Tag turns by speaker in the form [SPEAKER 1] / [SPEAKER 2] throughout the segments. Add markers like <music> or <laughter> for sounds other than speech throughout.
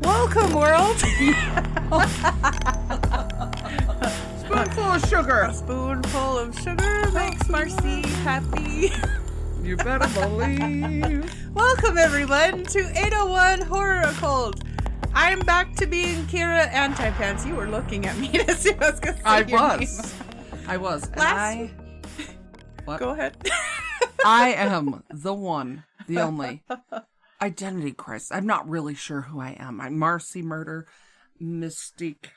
[SPEAKER 1] Welcome, world.
[SPEAKER 2] Spoonful of sugar.
[SPEAKER 1] A spoonful of sugar makes Marcy happy.
[SPEAKER 2] You better believe.
[SPEAKER 1] Welcome, everyone, to 801 Horror Occult. I'm back to being Kira Antipants. You were looking at me <laughs> to see if I was going to say
[SPEAKER 2] <laughs> I
[SPEAKER 1] your
[SPEAKER 2] was. I was. And
[SPEAKER 1] Last-
[SPEAKER 2] I, <laughs>
[SPEAKER 1] name. Go ahead.
[SPEAKER 2] I am the one, the only identity crisis. I'm not really sure who I am. I'm Marcy Murder, Mystique.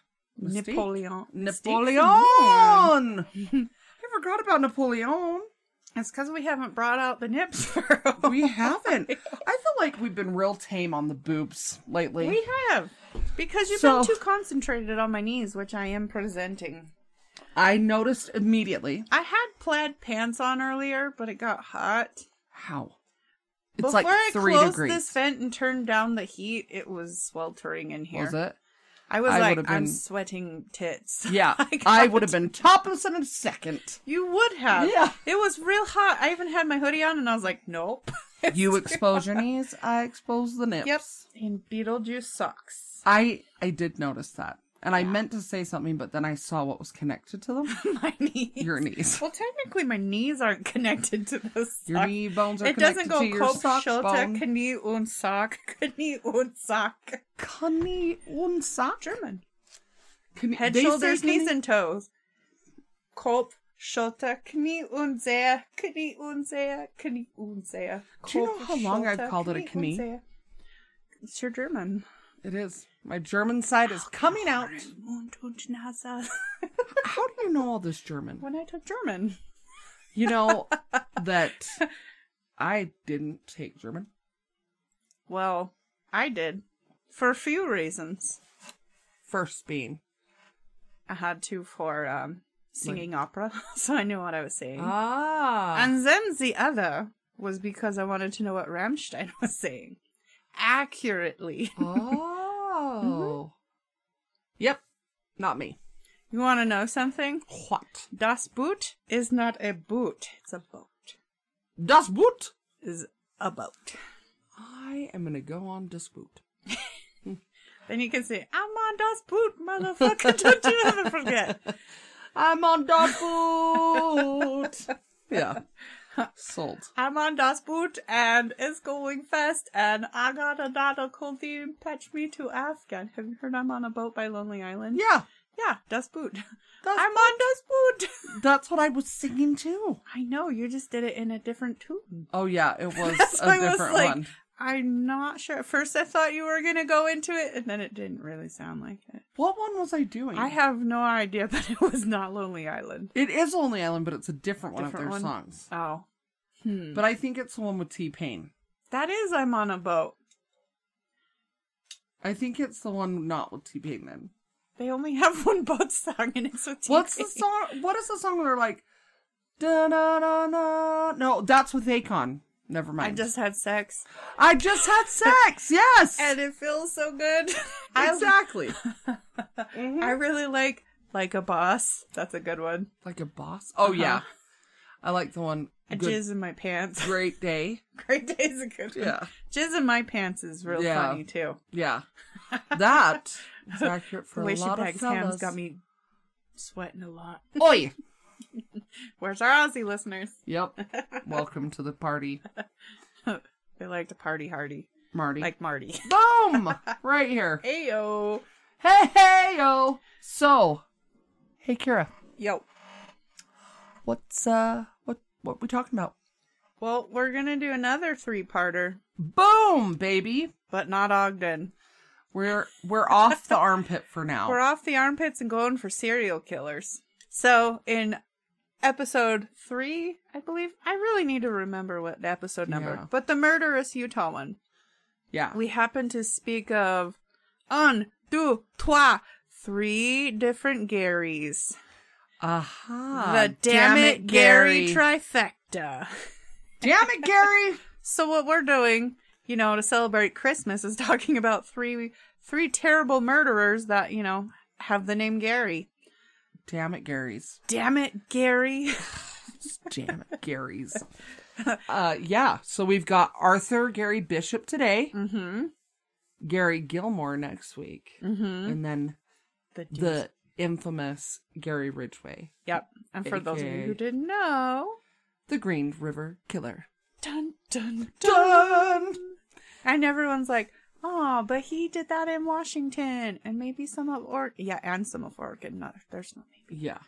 [SPEAKER 2] Mystique?
[SPEAKER 1] Napoleon.
[SPEAKER 2] Napoleon!
[SPEAKER 1] Mm.
[SPEAKER 2] <laughs> I forgot about Napoleon.
[SPEAKER 1] <laughs> It's because we haven't brought out the nips for a
[SPEAKER 2] We
[SPEAKER 1] while.
[SPEAKER 2] haven't. I feel like we've been real tame on the boobs
[SPEAKER 1] <laughs>
[SPEAKER 2] lately.
[SPEAKER 1] We have. Because you've
[SPEAKER 2] So-
[SPEAKER 1] been too concentrated on my knees, which I am presenting.
[SPEAKER 2] I noticed immediately
[SPEAKER 1] I had plaid pants on earlier, but it got hot.
[SPEAKER 2] how it's
[SPEAKER 1] Before
[SPEAKER 2] like
[SPEAKER 1] I
[SPEAKER 2] three
[SPEAKER 1] closed
[SPEAKER 2] degrees.
[SPEAKER 1] this vent and turned down the heat, it was sweltering in here.
[SPEAKER 2] was it?
[SPEAKER 1] I was
[SPEAKER 2] I
[SPEAKER 1] like,
[SPEAKER 2] would've
[SPEAKER 1] I'm
[SPEAKER 2] been-
[SPEAKER 1] sweating tits. <laughs>
[SPEAKER 2] Yeah,
[SPEAKER 1] I
[SPEAKER 2] I
[SPEAKER 1] got-
[SPEAKER 2] would have been topless in a second.
[SPEAKER 1] You would have.
[SPEAKER 2] Yeah.
[SPEAKER 1] It was real hot. I even had my hoodie on, and I was like, nope. <laughs>
[SPEAKER 2] You expose your knees, I expose the nips.
[SPEAKER 1] Yep. In Beetlejuice socks. <laughs>
[SPEAKER 2] I I did notice that, and I meant to say something, but then I saw what was connected
[SPEAKER 1] <laughs>
[SPEAKER 2] to them:
[SPEAKER 1] my knees.
[SPEAKER 2] your knees.
[SPEAKER 1] Well, technically, my knees aren't <laughs> connected to those. Socks.
[SPEAKER 2] Your knee bones are
[SPEAKER 1] It doesn't
[SPEAKER 2] connected
[SPEAKER 1] go
[SPEAKER 2] to your
[SPEAKER 1] Kopf,
[SPEAKER 2] sock
[SPEAKER 1] Schulter,
[SPEAKER 2] bone.
[SPEAKER 1] Knie und Sock, <laughs> Knie und Sock.
[SPEAKER 2] Knie und Sock.
[SPEAKER 1] German.
[SPEAKER 2] Knie-
[SPEAKER 1] Head,
[SPEAKER 2] they say
[SPEAKER 1] shoulders, knees,
[SPEAKER 2] knie-
[SPEAKER 1] and toes. Kopf, Schulter, Knie und Zehe, Knie und Zehe, Knie und Zehe.
[SPEAKER 2] Do you know
[SPEAKER 1] Kopf,
[SPEAKER 2] how long I've
[SPEAKER 1] Schulter,
[SPEAKER 2] called it a
[SPEAKER 1] Knie und
[SPEAKER 2] Knie?
[SPEAKER 1] Zehe. It's your German.
[SPEAKER 2] It is. My German
[SPEAKER 1] <laughs>
[SPEAKER 2] side is coming out.
[SPEAKER 1] Mund und Nase.
[SPEAKER 2] <laughs> How do you know all this German?
[SPEAKER 1] when I took German.
[SPEAKER 2] <laughs> You know
[SPEAKER 1] <laughs>
[SPEAKER 2] that I didn't take German.
[SPEAKER 1] Well, I did. For a few reasons.
[SPEAKER 2] First being
[SPEAKER 1] I had to for um, singing opera, <laughs> so I knew what I was saying.
[SPEAKER 2] ah,
[SPEAKER 1] And then the other was because I wanted to know what Rammstein <laughs> was saying accurately.
[SPEAKER 2] Oh. Yep. Not me.
[SPEAKER 1] You want to know something?
[SPEAKER 2] What?
[SPEAKER 1] Das Boot is not a boot, it's a boat.
[SPEAKER 2] Das Boot.
[SPEAKER 1] Is a boat.
[SPEAKER 2] I am going to go on dispute.
[SPEAKER 1] Then you can say, I'm on Das Boot, motherfucker, <laughs> don't you ever forget.
[SPEAKER 2] I'm on Das
[SPEAKER 1] <laughs>
[SPEAKER 2] Boot. yeah. Sold.
[SPEAKER 1] I'm on Das Boot and it's going fast and I got a dada cold and patch me to Afghan. Have you heard I'm on a boat by Lonely Island?
[SPEAKER 2] Yeah.
[SPEAKER 1] Yeah, Das Boot.
[SPEAKER 2] Das
[SPEAKER 1] I'm on Das Boot. <laughs>
[SPEAKER 2] That's what I was singing too.
[SPEAKER 1] I know, you just did it in a different tune.
[SPEAKER 2] Oh yeah, it
[SPEAKER 1] <laughs>
[SPEAKER 2] was
[SPEAKER 1] That's why
[SPEAKER 2] a
[SPEAKER 1] I was
[SPEAKER 2] different
[SPEAKER 1] like-
[SPEAKER 2] one.
[SPEAKER 1] I'm not sure. At first, I thought you were going to go into it, and then it didn't really sound like it.
[SPEAKER 2] What one was I doing?
[SPEAKER 1] I have no idea, <laughs> but it was not Lonely Island.
[SPEAKER 2] It is Lonely Island, but it's a different, one of
[SPEAKER 1] Different
[SPEAKER 2] their
[SPEAKER 1] one?
[SPEAKER 2] songs.
[SPEAKER 1] Oh.
[SPEAKER 2] But I think it's the one with T Pain.
[SPEAKER 1] That is I'm on a boat.
[SPEAKER 2] I think it's the one not with T Pain then.
[SPEAKER 1] They only <laughs> have one boat song, and it's with
[SPEAKER 2] What's the
[SPEAKER 1] T-Pain.
[SPEAKER 2] song? What is the song where they're like, da na na na? No, that's with Akon. Never
[SPEAKER 1] I
[SPEAKER 2] mind.
[SPEAKER 1] just had sex.
[SPEAKER 2] I just had
[SPEAKER 1] <laughs>
[SPEAKER 2] sex. Yes,
[SPEAKER 1] And it feels so good. <laughs>
[SPEAKER 2] exactly.
[SPEAKER 1] I,
[SPEAKER 2] Mm-hmm.
[SPEAKER 1] I really like Like a Boss. That's a good one.
[SPEAKER 2] like a boss.
[SPEAKER 1] Uh-huh.
[SPEAKER 2] Oh yeah, I like the one.
[SPEAKER 1] A
[SPEAKER 2] Good,
[SPEAKER 1] Jizz in My <laughs> Pants.
[SPEAKER 2] great day.
[SPEAKER 1] Great Day is a good one.
[SPEAKER 2] Yeah.
[SPEAKER 1] Jizz in My Pants is real
[SPEAKER 2] Yeah.
[SPEAKER 1] funny, too. <laughs>
[SPEAKER 2] Yeah, that is accurate for
[SPEAKER 1] the way
[SPEAKER 2] a
[SPEAKER 1] she
[SPEAKER 2] lot of
[SPEAKER 1] pegs hams
[SPEAKER 2] fellas.
[SPEAKER 1] got me sweating a lot.
[SPEAKER 2] <laughs> Oi.
[SPEAKER 1] Where's our Aussie listeners? <laughs>
[SPEAKER 2] Yep. Welcome to the party,
[SPEAKER 1] They like to party hardy,
[SPEAKER 2] Marty.
[SPEAKER 1] like Marty. <laughs>
[SPEAKER 2] boom, right here.
[SPEAKER 1] Ayo,
[SPEAKER 2] Hey hey yo. So, hey Kira.
[SPEAKER 1] yo.
[SPEAKER 2] what's uh what what we talking about
[SPEAKER 1] Well, we're gonna do another three-parter,
[SPEAKER 2] boom baby
[SPEAKER 1] but not Ogden.
[SPEAKER 2] we're we're off the armpit for now
[SPEAKER 1] We're off the armpits and going for serial killers. So in episode three, I believe I really need to remember what episode number,
[SPEAKER 2] Yeah.
[SPEAKER 1] but the murderous Utah one.
[SPEAKER 2] yeah
[SPEAKER 1] we happen to speak of un, deux, trois, three different Garys.
[SPEAKER 2] aha
[SPEAKER 1] the Ah, damn, it, Gary, trifecta.
[SPEAKER 2] <laughs> damn it gary
[SPEAKER 1] So what we're doing, you know, to celebrate Christmas is <laughs> talking about three three terrible murderers that, you know, have the name Gary.
[SPEAKER 2] damn it gary's
[SPEAKER 1] Damn it, Gary. <laughs>
[SPEAKER 2] damn it gary's uh yeah so we've got arthur gary bishop today
[SPEAKER 1] Mm-hmm.
[SPEAKER 2] Gary Gilmore next week,
[SPEAKER 1] Mm-hmm.
[SPEAKER 2] and then
[SPEAKER 1] The, Deuce.
[SPEAKER 2] the infamous Gary Ridgway,
[SPEAKER 1] Yep. And for those of you who
[SPEAKER 2] AKA.
[SPEAKER 1] didn't know,
[SPEAKER 2] the Green River Killer.
[SPEAKER 1] dun dun
[SPEAKER 2] Done.
[SPEAKER 1] And everyone's like, "Oh, but he did that in Washington, and maybe some of Oregon. Yeah, and some of Oregon. Not there's not maybe.
[SPEAKER 2] Yeah.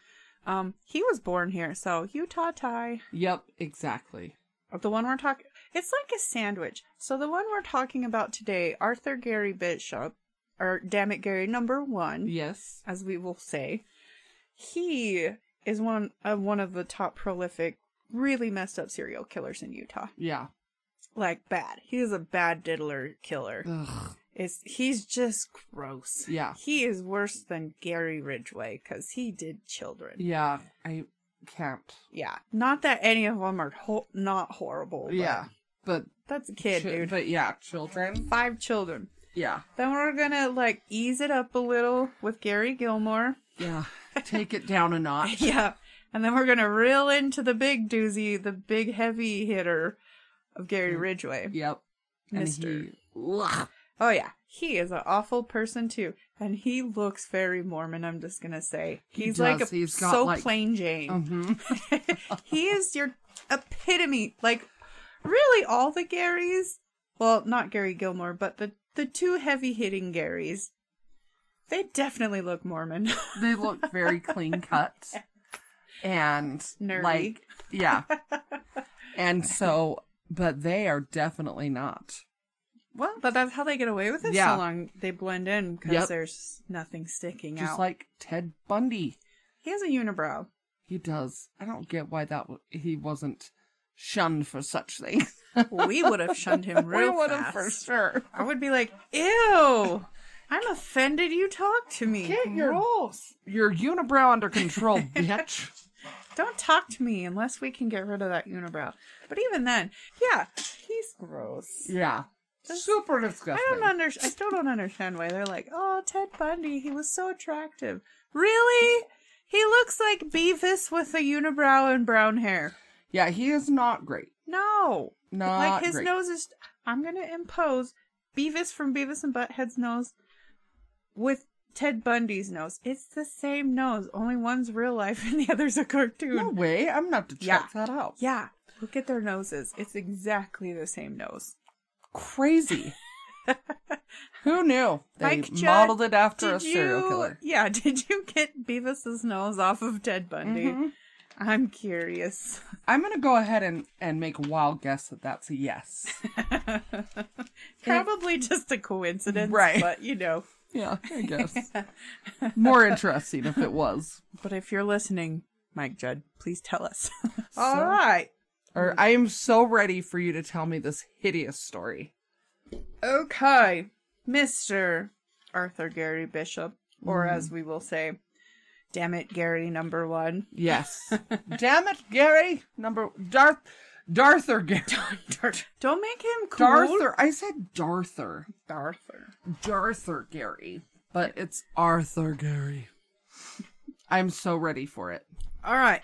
[SPEAKER 1] Um, he was born here, so Utah tie.
[SPEAKER 2] Yep. Exactly.
[SPEAKER 1] The one we're talking, it's like a sandwich. So the one we're talking about today, Arthur Gary Bishop, or damn it, Gary number one,
[SPEAKER 2] Yes.
[SPEAKER 1] as we will say, he is one of one of the top prolific, really messed up serial killers in Utah.
[SPEAKER 2] Yeah.
[SPEAKER 1] Like bad. He is a bad diddler killer.
[SPEAKER 2] Ugh.
[SPEAKER 1] It's he's just gross.
[SPEAKER 2] Yeah.
[SPEAKER 1] He is worse than Gary Ridgway because he did children.
[SPEAKER 2] Yeah. I can't.
[SPEAKER 1] Yeah, not that any of them are ho- not horrible. but
[SPEAKER 2] Yeah. But
[SPEAKER 1] that's a kid,
[SPEAKER 2] chi-
[SPEAKER 1] dude.
[SPEAKER 2] But yeah, children.
[SPEAKER 1] Five children.
[SPEAKER 2] Yeah.
[SPEAKER 1] Then we're gonna like ease it up a little with Gary
[SPEAKER 2] <laughs>
[SPEAKER 1] Gilmore. <laughs>
[SPEAKER 2] Yeah. Take it down a notch.
[SPEAKER 1] yeah, and then we're gonna reel into the big doozy, the big heavy hitter of Gary Ridgway.
[SPEAKER 2] Yep.
[SPEAKER 1] Mister.
[SPEAKER 2] And he. Ugh.
[SPEAKER 1] Oh yeah, he is an awful person too, and he looks very Mormon. I'm just gonna say
[SPEAKER 2] He
[SPEAKER 1] he's like a
[SPEAKER 2] does. He's got,
[SPEAKER 1] so
[SPEAKER 2] like-
[SPEAKER 1] plain Jane.
[SPEAKER 2] <laughs> Mhm.
[SPEAKER 1] <laughs> he is your epitome. Like, really, all the Garys. Well, not Gary Gilmore, but the the two heavy hitting Garys. They definitely look Mormon.
[SPEAKER 2] They look very clean cut. And
[SPEAKER 1] Nerdy.
[SPEAKER 2] like yeah. and so but they are definitely not.
[SPEAKER 1] well, but that's how they get away with it
[SPEAKER 2] Yeah.
[SPEAKER 1] so long. They blend in because
[SPEAKER 2] Yep.
[SPEAKER 1] there's nothing sticking
[SPEAKER 2] Just
[SPEAKER 1] out.
[SPEAKER 2] like Ted Bundy.
[SPEAKER 1] he has a
[SPEAKER 2] <laughs>
[SPEAKER 1] unibrow.
[SPEAKER 2] He does. I don't get why that w- he wasn't shunned for such things.
[SPEAKER 1] We would have shunned him real
[SPEAKER 2] <laughs> we would
[SPEAKER 1] fast.
[SPEAKER 2] have for sure.
[SPEAKER 1] I would be like, ew. I'm offended you talk to me.
[SPEAKER 2] Get your-
[SPEAKER 1] Gross.
[SPEAKER 2] Your unibrow under control,
[SPEAKER 1] <laughs>
[SPEAKER 2] bitch.
[SPEAKER 1] Don't talk to me unless we can get rid of that unibrow. But even then, yeah, he's gross.
[SPEAKER 2] Yeah. Super disgusting.
[SPEAKER 1] I don't under- I still don't understand why they're like, oh, Ted Bundy, he was so attractive. Really? He looks like Beavis with a unibrow and brown hair.
[SPEAKER 2] Yeah, he is not great.
[SPEAKER 1] No.
[SPEAKER 2] Not
[SPEAKER 1] like his
[SPEAKER 2] great.
[SPEAKER 1] nose is. I'm gonna impose Beavis from Beavis and Butthead's nose with Ted Bundy's nose. It's the same nose, only one's real life <laughs> and the other's a cartoon.
[SPEAKER 2] No way. I'm gonna have to check that out.
[SPEAKER 1] Yeah, look at their noses. It's exactly the same nose. <laughs>
[SPEAKER 2] Crazy. Who knew? They
[SPEAKER 1] Mike Judd,
[SPEAKER 2] modeled it after a
[SPEAKER 1] Did
[SPEAKER 2] serial
[SPEAKER 1] you?
[SPEAKER 2] killer.
[SPEAKER 1] Yeah, <laughs> did you get Beavis's nose off of Ted Bundy?
[SPEAKER 2] Mhm.
[SPEAKER 1] I'm curious.
[SPEAKER 2] I'm gonna go ahead and, and make a wild guess that that's
[SPEAKER 1] <laughs>
[SPEAKER 2] a yes.
[SPEAKER 1] Probably just a coincidence,
[SPEAKER 2] Right.
[SPEAKER 1] But you know.
[SPEAKER 2] yeah, I guess. <laughs> More interesting if it was.
[SPEAKER 1] But if you're listening, Mike Judd, please tell us. <laughs>
[SPEAKER 2] So-
[SPEAKER 1] All right. Mm.
[SPEAKER 2] Or I am so ready for you to tell me this hideous story.
[SPEAKER 1] Okay, Mr. Arthur Gary Bishop, or as we will say, damn it, Gary number one. <laughs>
[SPEAKER 2] Yes. Damn it, Gary. Number Darth Darther Gary.
[SPEAKER 1] Don't make him cool.
[SPEAKER 2] Darther. I said Darther.
[SPEAKER 1] Arthur.
[SPEAKER 2] Darther Gary. But it's Arthur Gary. I'm so ready for it.
[SPEAKER 1] All right.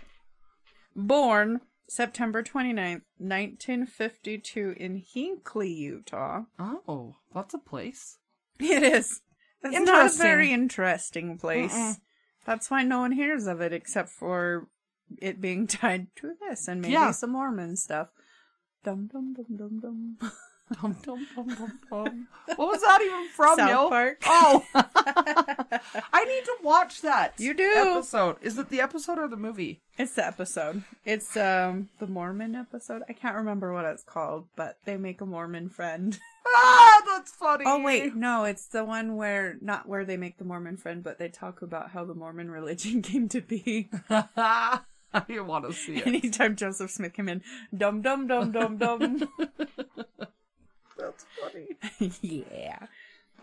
[SPEAKER 1] Born September 29th, 1952, in Hinckley, Utah.
[SPEAKER 2] Oh, that's
[SPEAKER 1] <laughs>
[SPEAKER 2] a place.
[SPEAKER 1] It is. It's not a
[SPEAKER 2] Interesting.
[SPEAKER 1] very interesting place.
[SPEAKER 2] Mm-mm.
[SPEAKER 1] That's why no one hears of it except for it being <laughs> tied to this and maybe
[SPEAKER 2] Yeah.
[SPEAKER 1] some Mormon stuff. Dum dum dum dum dum.
[SPEAKER 2] Dum, dum, dum, dum, dum. What was that even from?
[SPEAKER 1] South
[SPEAKER 2] Yo?
[SPEAKER 1] Park. <laughs>
[SPEAKER 2] Oh, I need to watch that.
[SPEAKER 1] You do.
[SPEAKER 2] Episode is it the episode or the movie?
[SPEAKER 1] It's the episode. It's um the Mormon episode. I can't remember what it's called, but they make a Mormon friend.
[SPEAKER 2] Ah, that's funny.
[SPEAKER 1] <laughs> Oh wait, <laughs> no, it's the one where not where they make the Mormon friend, but they talk about how the Mormon <laughs> religion came to be.
[SPEAKER 2] <laughs> I want
[SPEAKER 1] <laughs>
[SPEAKER 2] to see it.
[SPEAKER 1] Anytime Joseph Smith came in, dum dum dum dum <laughs> dum.
[SPEAKER 2] That's funny.
[SPEAKER 1] yeah.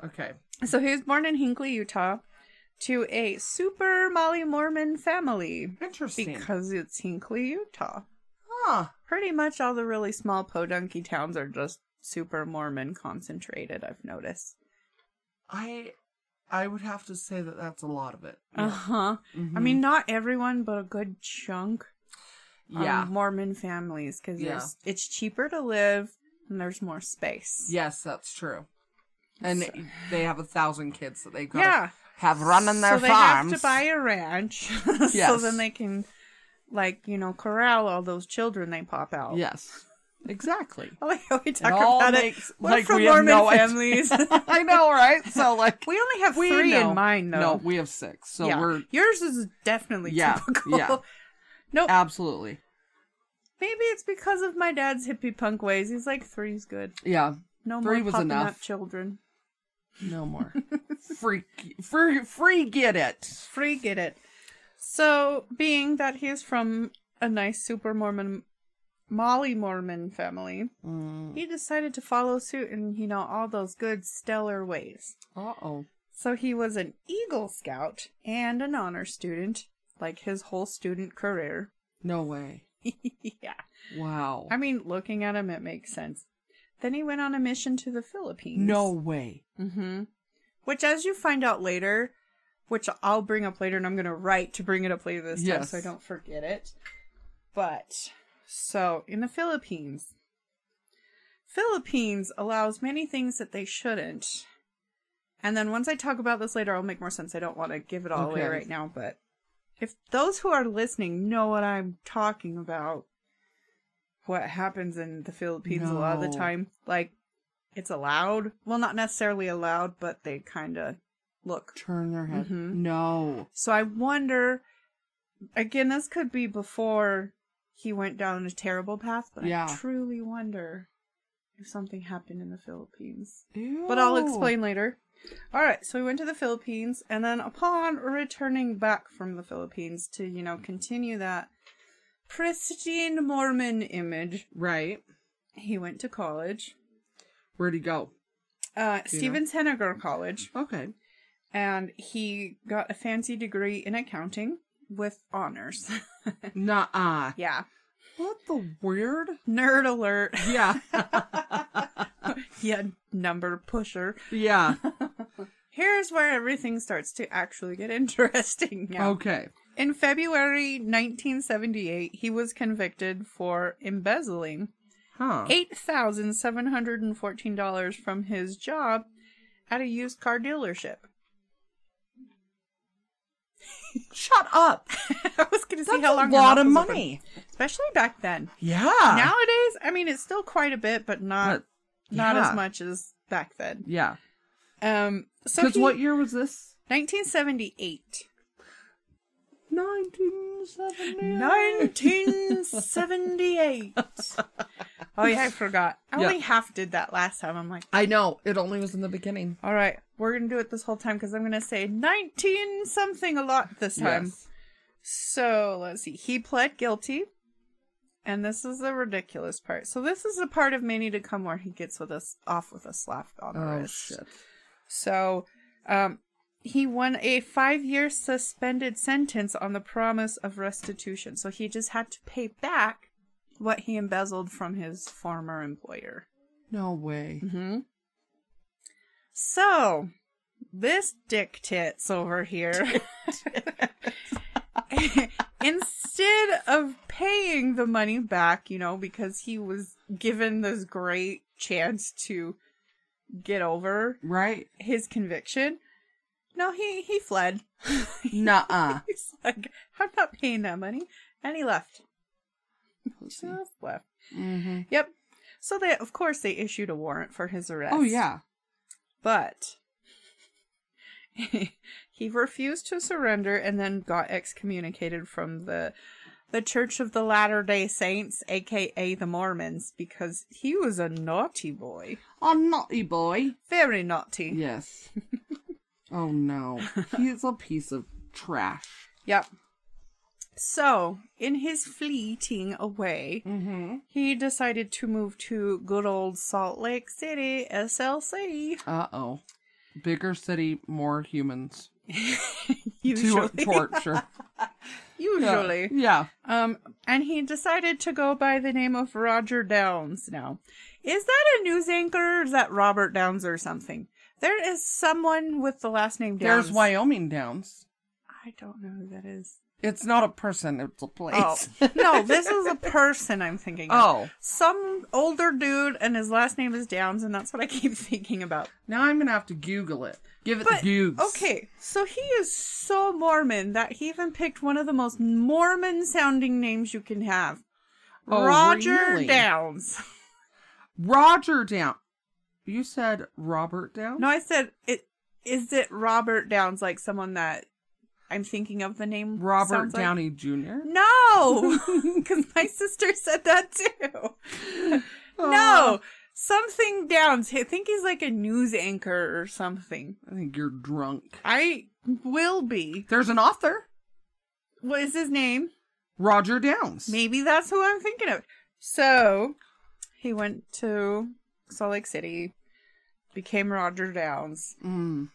[SPEAKER 2] Okay.
[SPEAKER 1] So he was born in Hinckley, Utah, to a super Molly Mormon family
[SPEAKER 2] Interesting.
[SPEAKER 1] because it's Hinckley, Utah.
[SPEAKER 2] Huh.
[SPEAKER 1] Pretty much all the really small podunky towns are just super Mormon concentrated. I've noticed.
[SPEAKER 2] I I would have to say that that's a lot of it.
[SPEAKER 1] Uh huh.
[SPEAKER 2] Mm-hmm.
[SPEAKER 1] I mean, not everyone, but a good chunk. are
[SPEAKER 2] yeah.
[SPEAKER 1] Mormon families because
[SPEAKER 2] Yeah.
[SPEAKER 1] it's cheaper to live and there's more space.
[SPEAKER 2] yes, that's true. and they have a thousand kids that they gotta
[SPEAKER 1] yeah.
[SPEAKER 2] have running their
[SPEAKER 1] so they
[SPEAKER 2] farms.
[SPEAKER 1] have to buy a ranch, <laughs> so
[SPEAKER 2] Yes.
[SPEAKER 1] then they can, like you know, corral all those children they pop out.
[SPEAKER 2] yes, exactly.
[SPEAKER 1] I <laughs> like how we talk
[SPEAKER 2] all
[SPEAKER 1] about
[SPEAKER 2] makes-
[SPEAKER 1] it. We're
[SPEAKER 2] like,
[SPEAKER 1] from
[SPEAKER 2] we have
[SPEAKER 1] Mormon
[SPEAKER 2] no idea. <laughs>
[SPEAKER 1] families. we
[SPEAKER 2] <laughs> I know, right? So like
[SPEAKER 1] only have
[SPEAKER 2] we
[SPEAKER 1] three
[SPEAKER 2] know.
[SPEAKER 1] in mind, though.
[SPEAKER 2] No, we have six. So
[SPEAKER 1] yeah.
[SPEAKER 2] we're
[SPEAKER 1] yours is definitely
[SPEAKER 2] Yeah,
[SPEAKER 1] typical.
[SPEAKER 2] yeah.
[SPEAKER 1] Nope.
[SPEAKER 2] absolutely
[SPEAKER 1] Maybe it's because of my dad's hippie punk ways. He's like three's good.
[SPEAKER 2] yeah.
[SPEAKER 1] No
[SPEAKER 2] Three
[SPEAKER 1] more
[SPEAKER 2] was
[SPEAKER 1] popping
[SPEAKER 2] enough.
[SPEAKER 1] up children.
[SPEAKER 2] No more <laughs> free free free. Get it?
[SPEAKER 1] Free get it. So, being that he is from a nice super Mormon, Molly Mormon family,
[SPEAKER 2] Mm,
[SPEAKER 1] he decided to follow suit in you know all those good stellar ways.
[SPEAKER 2] Uh oh.
[SPEAKER 1] So he was an Eagle Scout and an honor student, like his whole student career. <laughs>
[SPEAKER 2] No way.
[SPEAKER 1] yeah.
[SPEAKER 2] Wow.
[SPEAKER 1] I mean, looking at him, it makes sense. Then he went on a mission to the Philippines.
[SPEAKER 2] no way.
[SPEAKER 1] Mm-hmm. Which, as you find out later, which I'll bring up later, and I'm going to write to bring it up later this time
[SPEAKER 2] Yes.
[SPEAKER 1] so I don't forget it. But, so, in the Philippines, Philippines allows many things that they shouldn't. And then once I talk about this later, I'll make more sense. I don't want to give it all away
[SPEAKER 2] Okay.
[SPEAKER 1] right now, but if those who are listening know what I'm talking about, what happens in the Philippines a lot of the
[SPEAKER 2] No.
[SPEAKER 1] time, like it's allowed. Well, not necessarily allowed, but they kind of look.
[SPEAKER 2] Turn their head.
[SPEAKER 1] Mhm.
[SPEAKER 2] No.
[SPEAKER 1] So I wonder. Again, this could be before he went down a terrible path, but I
[SPEAKER 2] Yeah.
[SPEAKER 1] truly wonder if something happened in the Philippines.
[SPEAKER 2] Ew.
[SPEAKER 1] But I'll explain later. All right, so we went to the Philippines, and then upon returning back from the Philippines to, you know, continue that pristine Mormon image,
[SPEAKER 2] Right.
[SPEAKER 1] he went to college,
[SPEAKER 2] Where'd he go?
[SPEAKER 1] uh,
[SPEAKER 2] Do you
[SPEAKER 1] Stevens Henniger College.
[SPEAKER 2] <laughs> Okay.
[SPEAKER 1] and he got a fancy degree in accounting with honors. <laughs>
[SPEAKER 2] Nah. uh
[SPEAKER 1] yeah.
[SPEAKER 2] What the weird?
[SPEAKER 1] Nerd alert. <laughs>
[SPEAKER 2] <laughs> Yeah.
[SPEAKER 1] yeah, number pusher.
[SPEAKER 2] yeah.
[SPEAKER 1] Here's where everything starts to actually get <laughs> interesting now.
[SPEAKER 2] Okay.
[SPEAKER 1] In February 1978, he was convicted for embezzling
[SPEAKER 2] Huh.
[SPEAKER 1] $8,714 from his job at a used car dealership. <laughs>
[SPEAKER 2] Shut up.
[SPEAKER 1] I was going to see
[SPEAKER 2] That's
[SPEAKER 1] how
[SPEAKER 2] a
[SPEAKER 1] long your
[SPEAKER 2] lot of
[SPEAKER 1] mouth was open.
[SPEAKER 2] money. Ah.
[SPEAKER 1] especially back then.
[SPEAKER 2] Yeah.
[SPEAKER 1] Nowadays, I mean, it's still quite a bit, but not
[SPEAKER 2] But-
[SPEAKER 1] not
[SPEAKER 2] yeah.
[SPEAKER 1] as much as back then.
[SPEAKER 2] Yeah.
[SPEAKER 1] Um, so
[SPEAKER 2] Because
[SPEAKER 1] he,
[SPEAKER 2] what year was this?
[SPEAKER 1] 1978.
[SPEAKER 2] 1970.
[SPEAKER 1] Oh, 1978. oh yeah, I forgot. I
[SPEAKER 2] Yeah.
[SPEAKER 1] only half did that last time. I'm like,
[SPEAKER 2] I know. It only was in the beginning.
[SPEAKER 1] all right, we're gonna do it this whole time because I'm gonna say 19 something a lot this time.
[SPEAKER 2] Yes.
[SPEAKER 1] So let's see. He pled guilty. And this is the ridiculous part. So this is the part of Manny to come where he gets with us off with a slap on the
[SPEAKER 2] Oh,
[SPEAKER 1] wrist.
[SPEAKER 2] shit.
[SPEAKER 1] So, um, he won a five-year suspended sentence on the promise of restitution. So he just had to pay back what he embezzled from his former employer.
[SPEAKER 2] No way.
[SPEAKER 1] Mm-hmm. So, this dick tits over here, <laughs> instead of paying the money back, you know, because he was given this great chance to get over
[SPEAKER 2] <laughs> <laughs> Right?
[SPEAKER 1] his conviction. No, he he fled. <laughs>
[SPEAKER 2] Nuh uh.
[SPEAKER 1] He's like, I'm not paying that money, and he left. Just left.
[SPEAKER 2] mm-hmm.
[SPEAKER 1] Yep. So they, of course, they issued a warrant for his arrest.
[SPEAKER 2] Oh, yeah.
[SPEAKER 1] but <laughs> he refused to surrender and then got excommunicated from the the Church of the Latter Day Saints, aka the Mormons, because he was a naughty boy,
[SPEAKER 2] Oh, naughty boy.
[SPEAKER 1] very naughty.
[SPEAKER 2] Yes. <laughs> oh <laughs> no. He's a piece of trash.
[SPEAKER 1] Yep. So, in his fleeting away,
[SPEAKER 2] Mm-hmm.
[SPEAKER 1] he decided to move to good old Salt Lake City, SLC.
[SPEAKER 2] Uh oh. Bigger city,
[SPEAKER 1] <laughs>
[SPEAKER 2] more humans. To
[SPEAKER 1] Usually.
[SPEAKER 2] torture. Yeah.
[SPEAKER 1] <laughs> Usually.
[SPEAKER 2] Yeah.
[SPEAKER 1] Um, and he decided to go by the name of Roger Downs now. Is that a news anchor or is that Robert Downs or something? There is someone with the last name Downs.
[SPEAKER 2] There's Wyoming Downs.
[SPEAKER 1] I don't know who that is.
[SPEAKER 2] It's not a person, it's a
[SPEAKER 1] Oh
[SPEAKER 2] place.
[SPEAKER 1] no, this is a person I'm thinking. Of.
[SPEAKER 2] <laughs> Oh.
[SPEAKER 1] some older dude, and his last name is Downs, and that's what I keep <laughs> thinking about.
[SPEAKER 2] Now I'm going to have to Google it. Give it
[SPEAKER 1] But
[SPEAKER 2] the googs.
[SPEAKER 1] okay, so he is so Mormon that he even picked one of the most Mormon-sounding names you can have,
[SPEAKER 2] Oh,
[SPEAKER 1] Roger
[SPEAKER 2] really?
[SPEAKER 1] Downs. <laughs>
[SPEAKER 2] Roger Down. You said Robert Down?
[SPEAKER 1] No, I said it. Is it Robert Downs like someone that I'm thinking of the name
[SPEAKER 2] Robert
[SPEAKER 1] sounds like?
[SPEAKER 2] Downey Jr. <laughs>
[SPEAKER 1] No, <laughs> because my sister said that too.
[SPEAKER 2] Oh,
[SPEAKER 1] No, something Downs. I think he's like a news anchor or something.
[SPEAKER 2] I think you're drunk.
[SPEAKER 1] I will be.
[SPEAKER 2] There's an author,
[SPEAKER 1] What is his name?
[SPEAKER 2] Roger Downs.
[SPEAKER 1] Maybe that's who I'm thinking of. So he went to Salt Lake City, became Roger Downs.
[SPEAKER 2] Mm,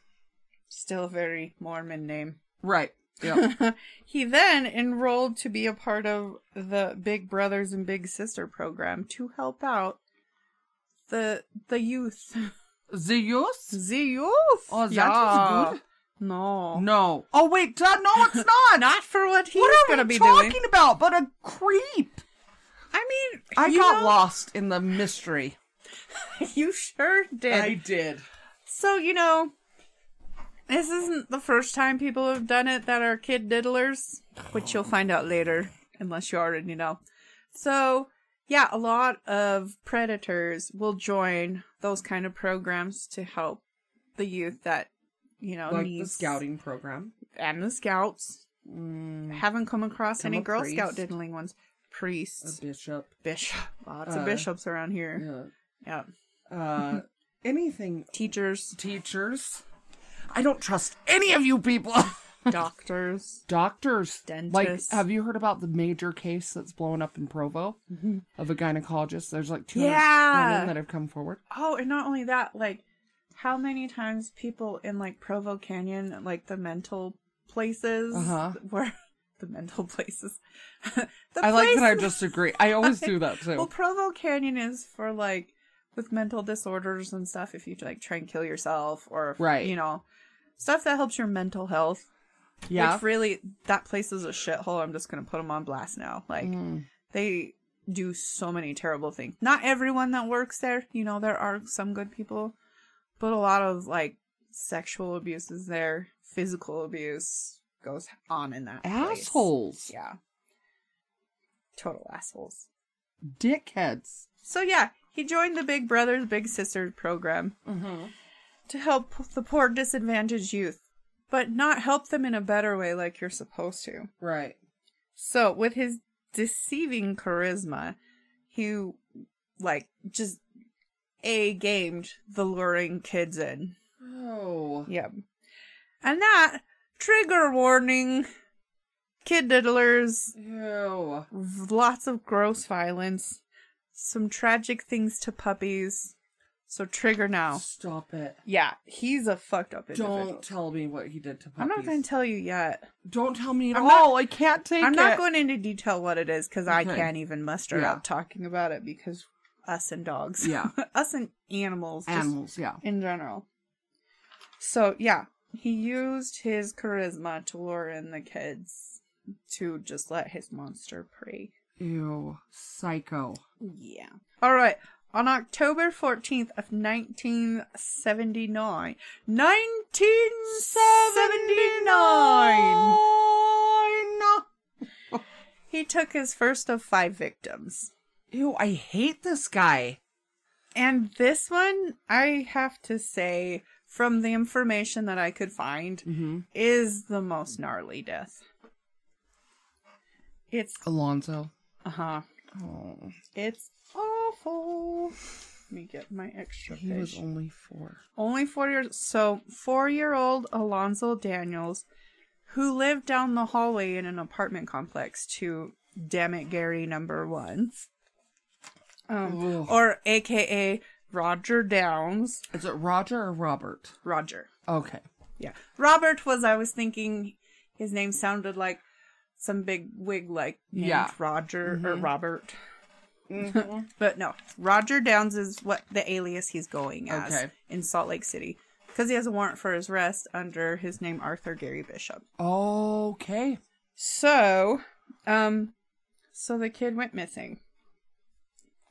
[SPEAKER 1] Still a very Mormon name. <laughs>
[SPEAKER 2] right. Yeah.
[SPEAKER 1] he then enrolled to be a part of the Big Brothers and Big Sister program to help out the the youth. <laughs>
[SPEAKER 2] Zeus?
[SPEAKER 1] The youth.
[SPEAKER 2] Oh, that is good.
[SPEAKER 1] No,
[SPEAKER 2] No. Oh, wait. duh, no,
[SPEAKER 1] <laughs>
[SPEAKER 2] it's not.
[SPEAKER 1] not for what he's
[SPEAKER 2] what are
[SPEAKER 1] going to be
[SPEAKER 2] we talking
[SPEAKER 1] doing.
[SPEAKER 2] about? But a creep.
[SPEAKER 1] I mean,
[SPEAKER 2] I
[SPEAKER 1] you
[SPEAKER 2] got
[SPEAKER 1] know-
[SPEAKER 2] lost in the mystery.
[SPEAKER 1] <laughs> You sure did.
[SPEAKER 2] did.
[SPEAKER 1] So you know, this isn't the first time people have done it that are kid diddlers, which you'll find out later, unless you already know. So, yeah, a lot of predators will join those kind of programs to help the youth that, you know, needs
[SPEAKER 2] program.
[SPEAKER 1] and the scouts.
[SPEAKER 2] Mm,
[SPEAKER 1] Haven't come across
[SPEAKER 2] Become
[SPEAKER 1] any
[SPEAKER 2] a
[SPEAKER 1] Girl Scout
[SPEAKER 2] priest.
[SPEAKER 1] diddling ones. Priests,
[SPEAKER 2] bishop.
[SPEAKER 1] bishop, lots
[SPEAKER 2] uh,
[SPEAKER 1] of bishops around here.
[SPEAKER 2] Yeah.
[SPEAKER 1] Yeah,
[SPEAKER 2] Uh, <laughs> anything.
[SPEAKER 1] <laughs> teachers,
[SPEAKER 2] Teachers. I don't trust any of you people. <laughs>
[SPEAKER 1] doctors.
[SPEAKER 2] Doctors. Like,
[SPEAKER 1] Dentists.
[SPEAKER 2] have you heard about the major case that's blowing up in Provo of a gynecologist? There's like two
[SPEAKER 1] Yeah.
[SPEAKER 2] women that have come forward.
[SPEAKER 1] Oh, and not only that, like how many times people in like Provo Canyon, like the mental places
[SPEAKER 2] Uh-huh.
[SPEAKER 1] <laughs> were the mental places. <laughs> the
[SPEAKER 2] I like that I
[SPEAKER 1] place-
[SPEAKER 2] just agree. I always do <laughs> that too.
[SPEAKER 1] Well, Provo Canyon is for like with mental disorders and stuff if you like try and kill yourself or if,
[SPEAKER 2] Right.
[SPEAKER 1] you know, stuff that helps your mental health.
[SPEAKER 2] yeah.
[SPEAKER 1] Which really that place is a shithole. I'm just going to put them on blast now. Like
[SPEAKER 2] Mm.
[SPEAKER 1] they do so many terrible things. Not everyone that works there, you know, there are some good people, but a lot of like sexual abuse is there, physical abuse goes on in that place.
[SPEAKER 2] Assholes.
[SPEAKER 1] Yeah. Total assholes.
[SPEAKER 2] Dickheads.
[SPEAKER 1] So yeah, he joined the Big Brothers Big Sisters program
[SPEAKER 2] Mm-hmm.
[SPEAKER 1] to help the poor disadvantaged youth, but not help them in a better way like you're supposed to.
[SPEAKER 2] Right.
[SPEAKER 1] So with his deceiving charisma, he like just a gamed the luring kids in.
[SPEAKER 2] Oh.
[SPEAKER 1] Yep. And that trigger warning kid diddlers,
[SPEAKER 2] Ew.
[SPEAKER 1] lots of gross violence, some tragic things to puppies. So trigger now.
[SPEAKER 2] Stop it.
[SPEAKER 1] Yeah, he's a fucked up individual.
[SPEAKER 2] Don't tell me what he did to puppies.
[SPEAKER 1] I'm not going to tell you yet.
[SPEAKER 2] Don't tell me at
[SPEAKER 1] I'm not-
[SPEAKER 2] all. I can't take
[SPEAKER 1] I'm
[SPEAKER 2] it.
[SPEAKER 1] not going into detail what it is because I
[SPEAKER 2] Okay.
[SPEAKER 1] can't even muster
[SPEAKER 2] Yeah.
[SPEAKER 1] up talking about it because us and dogs.
[SPEAKER 2] Yeah.
[SPEAKER 1] <laughs> us and animals. just
[SPEAKER 2] Animals. Yeah.
[SPEAKER 1] in general. So, yeah, he used his charisma to lure in the kids to just let his monster prey.
[SPEAKER 2] Ew. Psycho.
[SPEAKER 1] Yeah. All right. On October 14th of 1979. 1979!
[SPEAKER 2] Nine.
[SPEAKER 1] He took his first of five victims.
[SPEAKER 2] Ew. I hate this guy.
[SPEAKER 1] And this one, I have to say, from the information that I could find,
[SPEAKER 2] Mm-hmm.
[SPEAKER 1] is the most gnarly death. It's
[SPEAKER 2] Alonzo.
[SPEAKER 1] uh huh.
[SPEAKER 2] Oh.
[SPEAKER 1] It's awful. Let me get my extra
[SPEAKER 2] He was
[SPEAKER 1] page.
[SPEAKER 2] only four.
[SPEAKER 1] Only four years. So four-year-old Alonzo Daniels, who lived down the hallway in an apartment complex to Damn It Gary Number One, um,
[SPEAKER 2] Ugh.
[SPEAKER 1] or AKA Roger Downs.
[SPEAKER 2] Is it Roger or Robert?
[SPEAKER 1] Roger.
[SPEAKER 2] Okay.
[SPEAKER 1] Yeah. Robert was, I was thinking his name sounded like some big wig like named
[SPEAKER 2] Yeah. Mm-hmm.
[SPEAKER 1] Roger or Robert. <laughs> but no, Roger Downs is what the alias he's going as
[SPEAKER 2] Okay.
[SPEAKER 1] in Salt Lake City because he has a warrant for his arrest under his name Arthur Gary Bishop.
[SPEAKER 2] Okay.
[SPEAKER 1] So, um, so the kid went missing,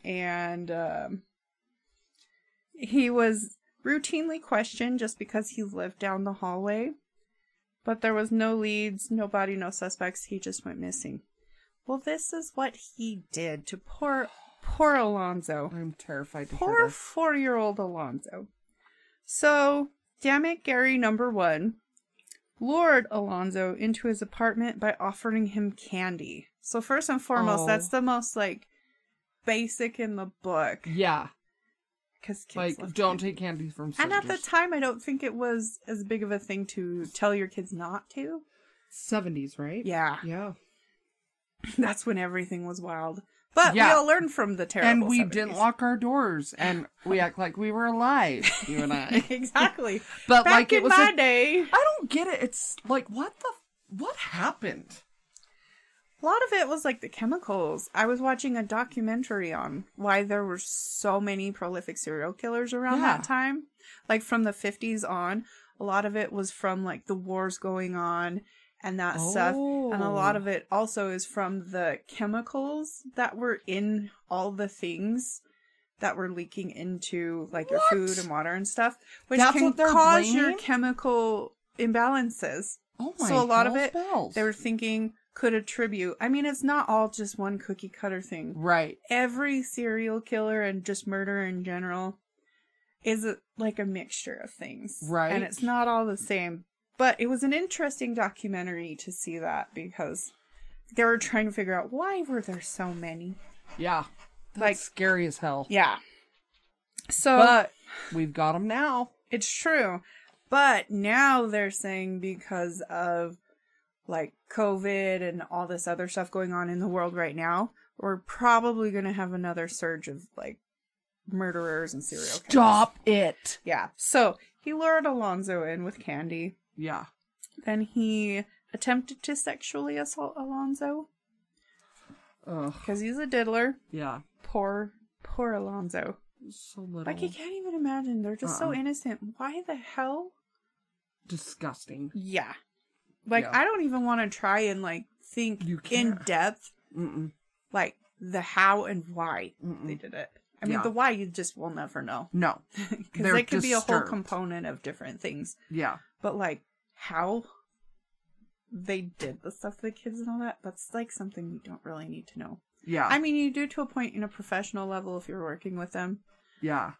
[SPEAKER 1] and um, he was routinely questioned just because he lived down the hallway, but there was no leads, nobody, no suspects. He just went missing. Well, this is what he did to poor, poor Alonzo.
[SPEAKER 2] I'm terrified to hear
[SPEAKER 1] Poor
[SPEAKER 2] this.
[SPEAKER 1] four year old Alonzo. So, damn it, Gary number one lured Alonzo into his apartment by offering him candy. So, first and foremost,
[SPEAKER 2] Oh.
[SPEAKER 1] that's the most like basic in the book.
[SPEAKER 2] Yeah,
[SPEAKER 1] Because kids
[SPEAKER 2] like
[SPEAKER 1] love
[SPEAKER 2] don't
[SPEAKER 1] candy.
[SPEAKER 2] take candy from
[SPEAKER 1] And
[SPEAKER 2] strangers.
[SPEAKER 1] at the time, I don't think it was as big of a thing to tell your kids not to.
[SPEAKER 2] seventies, right?
[SPEAKER 1] Yeah.
[SPEAKER 2] yeah.
[SPEAKER 1] <laughs> That's when everything was wild. But we
[SPEAKER 2] Yeah.
[SPEAKER 1] all learned from the terrible.
[SPEAKER 2] And we didn't
[SPEAKER 1] 70s.
[SPEAKER 2] lock our doors, and we act like we were alive. You
[SPEAKER 1] <laughs>
[SPEAKER 2] and I.
[SPEAKER 1] <laughs> exactly.
[SPEAKER 2] <laughs> But
[SPEAKER 1] Back
[SPEAKER 2] like
[SPEAKER 1] in
[SPEAKER 2] it was
[SPEAKER 1] my
[SPEAKER 2] a-
[SPEAKER 1] day.
[SPEAKER 2] I don't get it. It's like what the what happened?
[SPEAKER 1] A lot of it was like the chemicals. I was watching a documentary on why there were so many prolific serial killers around
[SPEAKER 2] Yeah.
[SPEAKER 1] that time. Like from the 50s on, a lot of it was from like the wars going on and that stuff. And a lot
[SPEAKER 2] Oh.
[SPEAKER 1] of it also is from the chemicals that were in all the things that were leaking into like your
[SPEAKER 2] What?
[SPEAKER 1] food and water and stuff, which
[SPEAKER 2] That's
[SPEAKER 1] can
[SPEAKER 2] what they're
[SPEAKER 1] cause your
[SPEAKER 2] blaming?
[SPEAKER 1] chemical imbalances
[SPEAKER 2] Oh my!
[SPEAKER 1] so a lot of
[SPEAKER 2] hell's
[SPEAKER 1] it
[SPEAKER 2] bells.
[SPEAKER 1] they were thinking could attribute i mean it's not all just one cookie cutter thing
[SPEAKER 2] right.
[SPEAKER 1] every serial killer and just murder in general is a, like a mixture of things
[SPEAKER 2] Right.
[SPEAKER 1] and it's not all the same but it was an interesting documentary to see that because they were trying to figure out why were there so many
[SPEAKER 2] Yeah, that's
[SPEAKER 1] Like-
[SPEAKER 2] scary as hell.
[SPEAKER 1] yeah so
[SPEAKER 2] But we've got them now.
[SPEAKER 1] It's true. But now they're saying because of like COVID and all this other stuff going on in the world right now, we're probably going to have another surge of like murderers and serial killers.
[SPEAKER 2] Stop it.
[SPEAKER 1] Yeah. So he lured Alonzo in with candy.
[SPEAKER 2] Yeah.
[SPEAKER 1] Then he attempted to sexually assault Alonzo
[SPEAKER 2] Ugh.
[SPEAKER 1] because he's a diddler.
[SPEAKER 2] Yeah.
[SPEAKER 1] Poor, poor Alonzo.
[SPEAKER 2] So little.
[SPEAKER 1] Like, you can't even imagine. They're just so
[SPEAKER 2] Uh-uh.
[SPEAKER 1] innocent. Why the hell
[SPEAKER 2] Disgusting.
[SPEAKER 1] Yeah. Like
[SPEAKER 2] Yeah.
[SPEAKER 1] I don't even want to try and like think
[SPEAKER 2] You
[SPEAKER 1] in
[SPEAKER 2] can't.
[SPEAKER 1] depth
[SPEAKER 2] Mm-mm.
[SPEAKER 1] like the how and why they
[SPEAKER 2] Mm-mm.
[SPEAKER 1] did it. I mean
[SPEAKER 2] Yeah.
[SPEAKER 1] the why you just will never know <laughs>
[SPEAKER 2] No.
[SPEAKER 1] because
[SPEAKER 2] They're
[SPEAKER 1] it could be a whole
[SPEAKER 2] disturbed.
[SPEAKER 1] component of different things.
[SPEAKER 2] Yeah.
[SPEAKER 1] But like how they did the stuff to the kids and all that that's like something you don't really need to know.
[SPEAKER 2] Yeah.
[SPEAKER 1] I mean you do to a point in a professional level if you're working with them
[SPEAKER 2] yeah.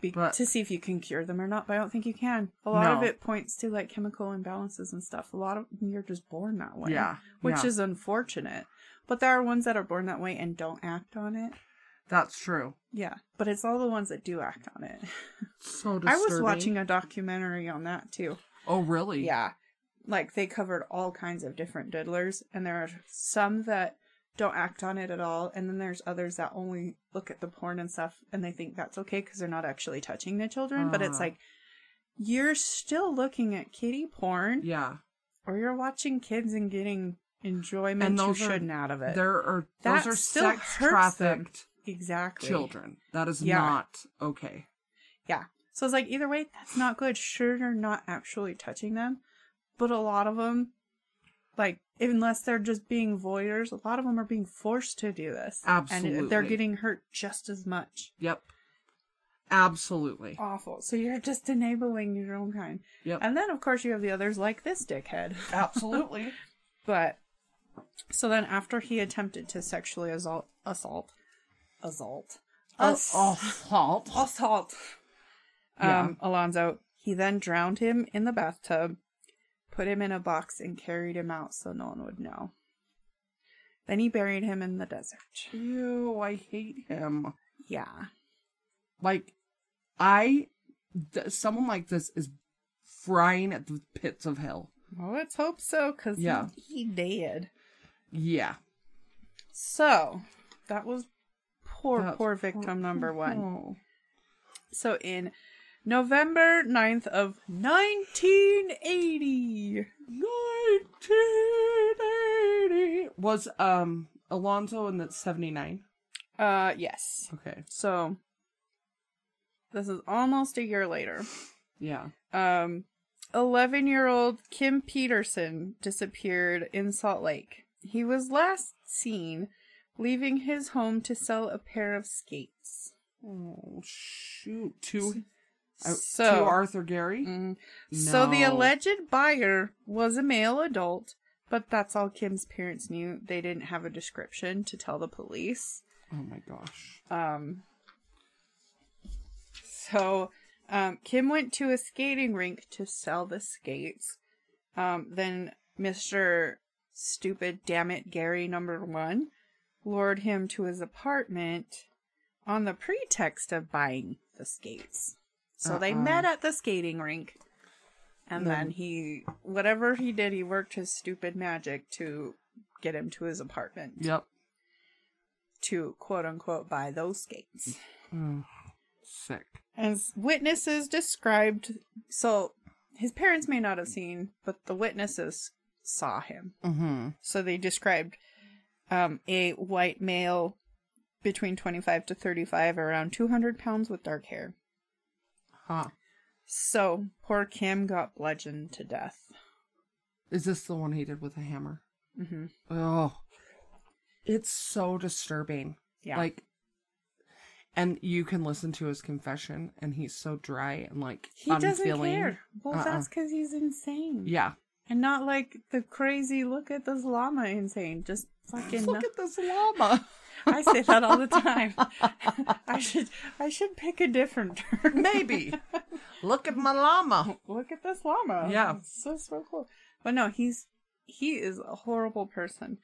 [SPEAKER 1] be-
[SPEAKER 2] But-
[SPEAKER 1] to see if you can cure them or not, but I don't think you can. A lot of
[SPEAKER 2] No.
[SPEAKER 1] it points to like chemical imbalances and stuff. A lot of you're just born that way.
[SPEAKER 2] Yeah.
[SPEAKER 1] Which
[SPEAKER 2] Yeah.
[SPEAKER 1] is unfortunate. But there are ones that are born that way and don't act on it.
[SPEAKER 2] That's true.
[SPEAKER 1] Yeah. But it's all the ones that do act on it.
[SPEAKER 2] So
[SPEAKER 1] I
[SPEAKER 2] disturbing.
[SPEAKER 1] was watching a documentary on that too.
[SPEAKER 2] Oh really?
[SPEAKER 1] Yeah. Like they covered all kinds of different diddlers and there are some that don't act on it at all and then there's others that only look at the porn and stuff and they think that's okay cuz they're not actually touching the children but it's
[SPEAKER 2] Ah.
[SPEAKER 1] like you're still looking at kitty porn
[SPEAKER 2] Yeah.
[SPEAKER 1] or you're watching kids and getting enjoyment
[SPEAKER 2] And
[SPEAKER 1] you
[SPEAKER 2] those are-
[SPEAKER 1] shouldn't out of it.
[SPEAKER 2] There are
[SPEAKER 1] That
[SPEAKER 2] those are
[SPEAKER 1] still
[SPEAKER 2] sex
[SPEAKER 1] hurts them.
[SPEAKER 2] trafficked
[SPEAKER 1] Exactly.
[SPEAKER 2] children. That is
[SPEAKER 1] Yeah.
[SPEAKER 2] not okay.
[SPEAKER 1] Yeah. So it's like either way that's not good. Sure you're not actually touching them, but a lot of them like unless they're just being voyeurs, a lot of them are being forced to do this. And they're
[SPEAKER 2] Absolutely.
[SPEAKER 1] getting hurt just as much.
[SPEAKER 2] Yep. Absolutely.
[SPEAKER 1] Awful. So you're just enabling your own kind.
[SPEAKER 2] Yep.
[SPEAKER 1] <laughs> And then of course you have the others like this dickhead.
[SPEAKER 2] Absolutely.
[SPEAKER 1] But so then after he attempted to sexually assault assault assault
[SPEAKER 2] Oh,
[SPEAKER 1] ass-
[SPEAKER 2] oh, halt.
[SPEAKER 1] assault
[SPEAKER 2] Yeah.
[SPEAKER 1] um Alonzo, he then drowned him in the bathtub, put him in a box and carried him out so no one would know. Then he buried him in the desert.
[SPEAKER 2] Ew, I hate him.
[SPEAKER 1] Yeah.
[SPEAKER 2] Like, I, th- someone like this is frying at the pits of hell.
[SPEAKER 1] Well, let's hope so cuz
[SPEAKER 2] Yeah.
[SPEAKER 1] he, he did.
[SPEAKER 2] Yeah.
[SPEAKER 1] So, that was poor
[SPEAKER 2] That's
[SPEAKER 1] poor victim number 1.
[SPEAKER 2] Oh.
[SPEAKER 1] So in November 9th of 1980.
[SPEAKER 2] 1980 was um Alonzo in the 79.
[SPEAKER 1] Uh yes.
[SPEAKER 2] Okay.
[SPEAKER 1] So this is almost a year later.
[SPEAKER 2] Yeah.
[SPEAKER 1] Um 11 year old Kim Peterson disappeared in Salt Lake. He was last seen leaving his home to sell a pair of skates.
[SPEAKER 2] Oh shoot! To uh, to
[SPEAKER 1] So-
[SPEAKER 2] Arthur Gary.
[SPEAKER 1] Mm. So the
[SPEAKER 2] No.
[SPEAKER 1] alleged buyer was a male adult, but that's all Kim's parents knew. They didn't have a description to tell the police.
[SPEAKER 2] Oh my gosh.
[SPEAKER 1] Um, so um, Kim went to a skating rink to sell the skates. Um, then Mr. Stupid Damn It Gary number one lured him to his apartment on the pretext of buying the skates. So they
[SPEAKER 2] Uh-uh.
[SPEAKER 1] met at the skating rink. And
[SPEAKER 2] Then-
[SPEAKER 1] then he, whatever he did, he worked his stupid magic to get him to his apartment
[SPEAKER 2] Yep.
[SPEAKER 1] to quote unquote buy those skates.
[SPEAKER 2] Ugh. sick.
[SPEAKER 1] As witnesses described, so his parents may not have seen, but the witnesses saw him.
[SPEAKER 2] Mm-hmm.
[SPEAKER 1] So they described um, a white male between 25 to 35, around 200 pounds with dark hair.
[SPEAKER 2] Huh.
[SPEAKER 1] So poor Kim got bludgeoned to death.
[SPEAKER 2] Is this the one he did with a hammer?
[SPEAKER 1] hmm
[SPEAKER 2] Oh, it's so disturbing.
[SPEAKER 1] Yeah.
[SPEAKER 2] Like, and you can listen to his confession, and he's so dry and like
[SPEAKER 1] he doesn't
[SPEAKER 2] unfeeling.
[SPEAKER 1] care. Well,
[SPEAKER 2] Uh-uh.
[SPEAKER 1] that's because he's insane.
[SPEAKER 2] Yeah.
[SPEAKER 1] And not like the crazy look at this llama insane. Just fucking
[SPEAKER 2] Look at this llama.
[SPEAKER 1] I say that all the time. <laughs> I should I should pick a different term. <laughs>
[SPEAKER 2] Maybe. Look at my llama.
[SPEAKER 1] Look at this llama.
[SPEAKER 2] Yeah.
[SPEAKER 1] It's so so cool. But no, he's he is a horrible person.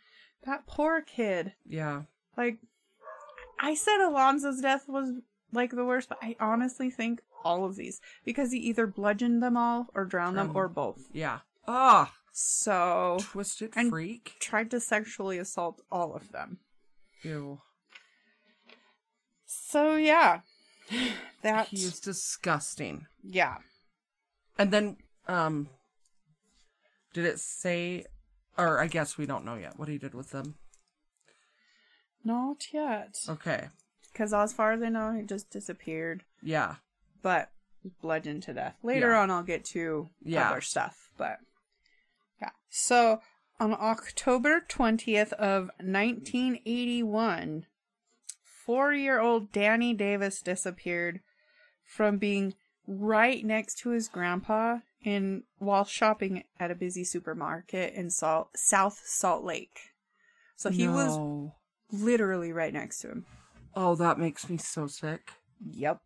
[SPEAKER 1] That poor kid.
[SPEAKER 2] Yeah.
[SPEAKER 1] Like I said Alonzo's death was like the worst, but I honestly think all of these. Because he either bludgeoned them all or drowned them
[SPEAKER 2] Drowned.
[SPEAKER 1] or both.
[SPEAKER 2] Yeah. Ah,
[SPEAKER 1] So
[SPEAKER 2] twisted
[SPEAKER 1] And-
[SPEAKER 2] freak.
[SPEAKER 1] tried to sexually assault all of them.
[SPEAKER 2] Ew.
[SPEAKER 1] So
[SPEAKER 2] <sighs>
[SPEAKER 1] yeah. That
[SPEAKER 2] He is disgusting.
[SPEAKER 1] yeah.
[SPEAKER 2] And then, um, did it say, or I guess we don't know yet what he did with them.
[SPEAKER 1] Not yet.
[SPEAKER 2] Okay.
[SPEAKER 1] Because as far as I know, he just disappeared,
[SPEAKER 2] Yeah.
[SPEAKER 1] but was bludgeoned to death. Later
[SPEAKER 2] Yeah.
[SPEAKER 1] on, I'll get to
[SPEAKER 2] Yeah.
[SPEAKER 1] other stuff, but yeah. So on October 20th of 1981, four-year-old Danny Davis disappeared from being right next to his grandpa in while shopping at a busy supermarket in Salt, South Salt Lake. So he was
[SPEAKER 2] No.
[SPEAKER 1] literally right next to him.
[SPEAKER 2] Oh, that makes me so sick.
[SPEAKER 1] Yep.